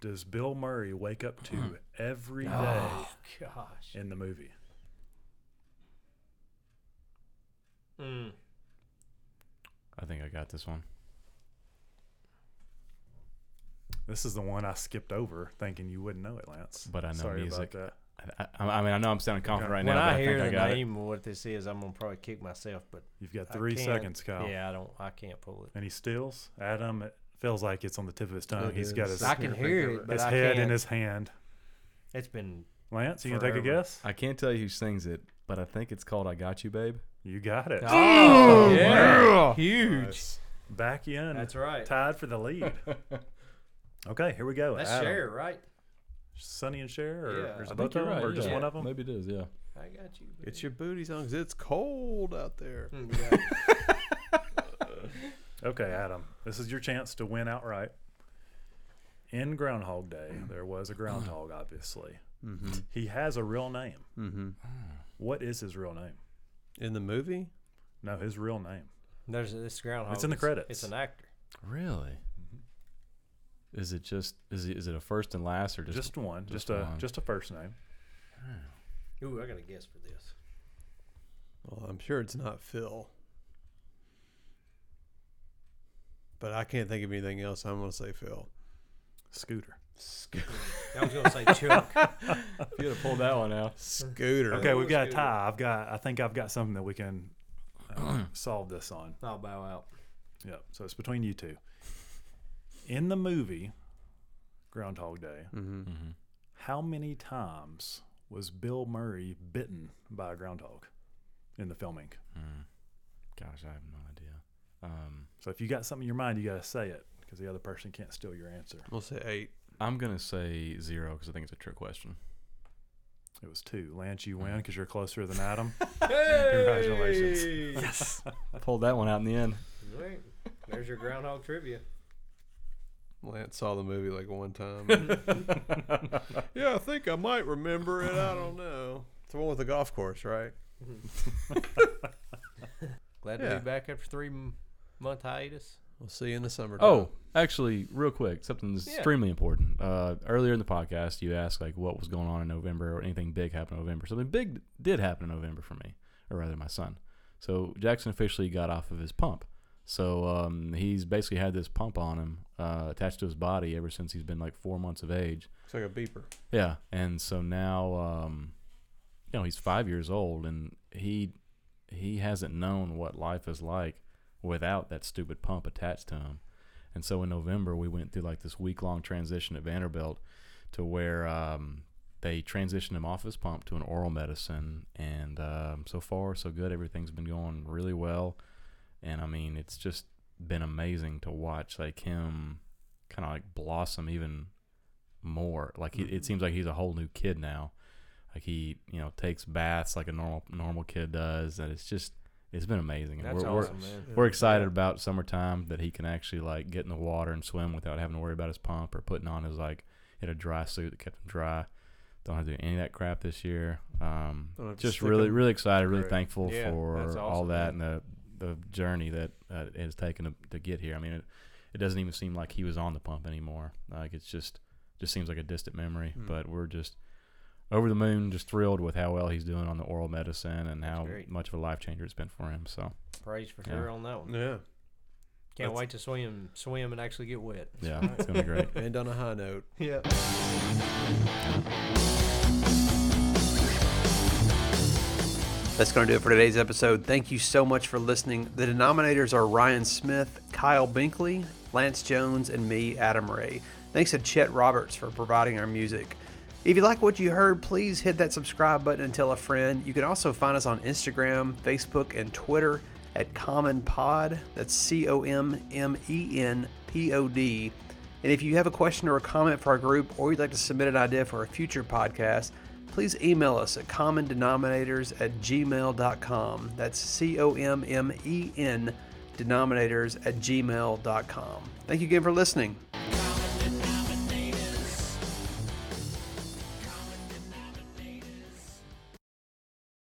does Bill Murray wake up
Hmm.
to every day
Ah.
Oh, gosh.
in the movie?
Mm.
I think I got this one.
This is the one I skipped over, thinking you wouldn't know it, Lance.
But I know
Sorry
music.
about that.
I, I, I mean, I know I'm sounding confident
Okay.
right
when
now,
I
but I
hear
think I
the
got
name of what this is, I'm gonna probably kick myself. But
You've got
I
three
can't-
seconds, Kyle.
yeah, I don't. I can't pull it.
And he steals. Adam it feels like it's on the tip of his tongue.
It
He's got
is.
his,
I can
can't
hear
think
it,
of it.
but
his
I
head
can't.
in his hand.
It's been
Lance, you gonna take a
Forever.
guess?
it. I can't tell you who sings it, but I think it's called "I Got You, Babe."
You got it.
oh, yeah. huge.
Nice.
Back in.
That's right.
Tied for the lead. okay, here we go.
That's
Adam.
Cher, right?
Sonny and Cher, or,
Yeah.
or is
I
it both of them, or just
yeah.
one of them?
Maybe it is. Yeah.
I got you. baby.
It's your booty songs. It's cold out there.
Mm, yeah.
Okay, Adam, this is your chance to win outright. In Groundhog Day, there was a groundhog, obviously.
Mm-hmm.
He has a real name.
Mm-hmm.
What is his real name?
In the movie,
No, his real name.
There's this groundhog.
It's in the credits.
It's an actor.
Really? Is it just is it, is it a first and last or just,
Just, one. Just,
just
a
one.
just a first name.
Ooh, I got to guess for this.
well, I'm sure it's not Phil. But I can't think of anything else. I'm going to say Phil.
Scooter.
I was gonna say Chuck.
you gotta pull that one out?
Scooter.
Okay, we've
was
got a
good.
tie. I've got. I think I've got something that we can uh, solve this on.
I'll bow out.
Yep. So it's between you two. In the movie Groundhog Day,
Mm-hmm.
how many times was Bill Murray bitten by a groundhog in the filming?
Mm. Gosh, I have no idea. Um,
So if you got something in your mind, you got to say it because the other person can't steal your answer.
We'll say eight.
I'm gonna say zero because I think it's a trick question.
It was two. Lance, you win because you're closer than Adam. Congratulations.
Pulled that one out in the end.
Wait, there's your groundhog trivia.
Lance saw the movie like one time. yeah, I think I might remember it. I don't know. It's the one with the golf course, right?
Glad
Yeah.
to be back after three m- month hiatus.
We'll see you in the summertime.
Oh, actually, real quick, something's
Yeah.
extremely important. Uh, earlier in the podcast, you asked like what was going on in November or anything big happened in November. Something big did happen in November for me, or rather, my son. So Jackson officially got off of his pump. So um, he's basically had this pump on him uh, attached to his body ever since he's been like four months of age.
it's like a beeper.
Yeah, and so now, um, you know, he's five years old, and he he hasn't known what life is like without that stupid pump attached to him. And so in November, we went through like this week long transition at Vanderbilt to where um, they transitioned him off his pump to an oral medicine, and um, so far so good. Everything's been going really well, and I mean, it's just been amazing to watch like him kind of like blossom even more. Like he, it seems like he's a whole new kid now. Like he, you know, takes baths like a normal normal kid does, and it's just it's been amazing. And
That's
we're, we're-
awesome, man.
we're excited about summertime that he can actually like get in the water and swim without having to worry about his pump or putting on his like he had a dry suit that kept him dry. Don't have to do any of that crap this year. Um,
Don't have to
just
stick
really,
him.
really excited, really
Great.
thankful
Yeah,
for
that's
all
awesome,
that and the the journey that uh, it has taken to, to get here. I mean, it, it doesn't even seem like he was on the pump anymore. Like it's just just seems like a distant memory.
Hmm.
But we're just over the moon, just thrilled with how well he's doing on the oral medicine and
That's
how
great.
much of a life changer it's been for him. So
Praise for
Yeah.
sure on that one.
Yeah.
Can't
That's-
wait to swim, swim and actually get wet.
yeah, it's gonna be great.
End on a high note.
Yeah.
That's going to do it for today's episode. Thank you so much for listening. The denominators are Ryan Smith, Kyle Binkley, Lance Jones, and me, Adam Ray. Thanks to Chet Roberts for providing our music. If you like what you heard, please hit that subscribe button and tell a friend. You can also find us on Instagram, Facebook, and Twitter at Common Pod. That's C O M M E N P O D. And if you have a question or a comment for our group, or you'd like to submit an idea for a future podcast, please email us at commondenominators at gmail.com. That's C O M M E N denominators at gmail.com. Thank you again for listening.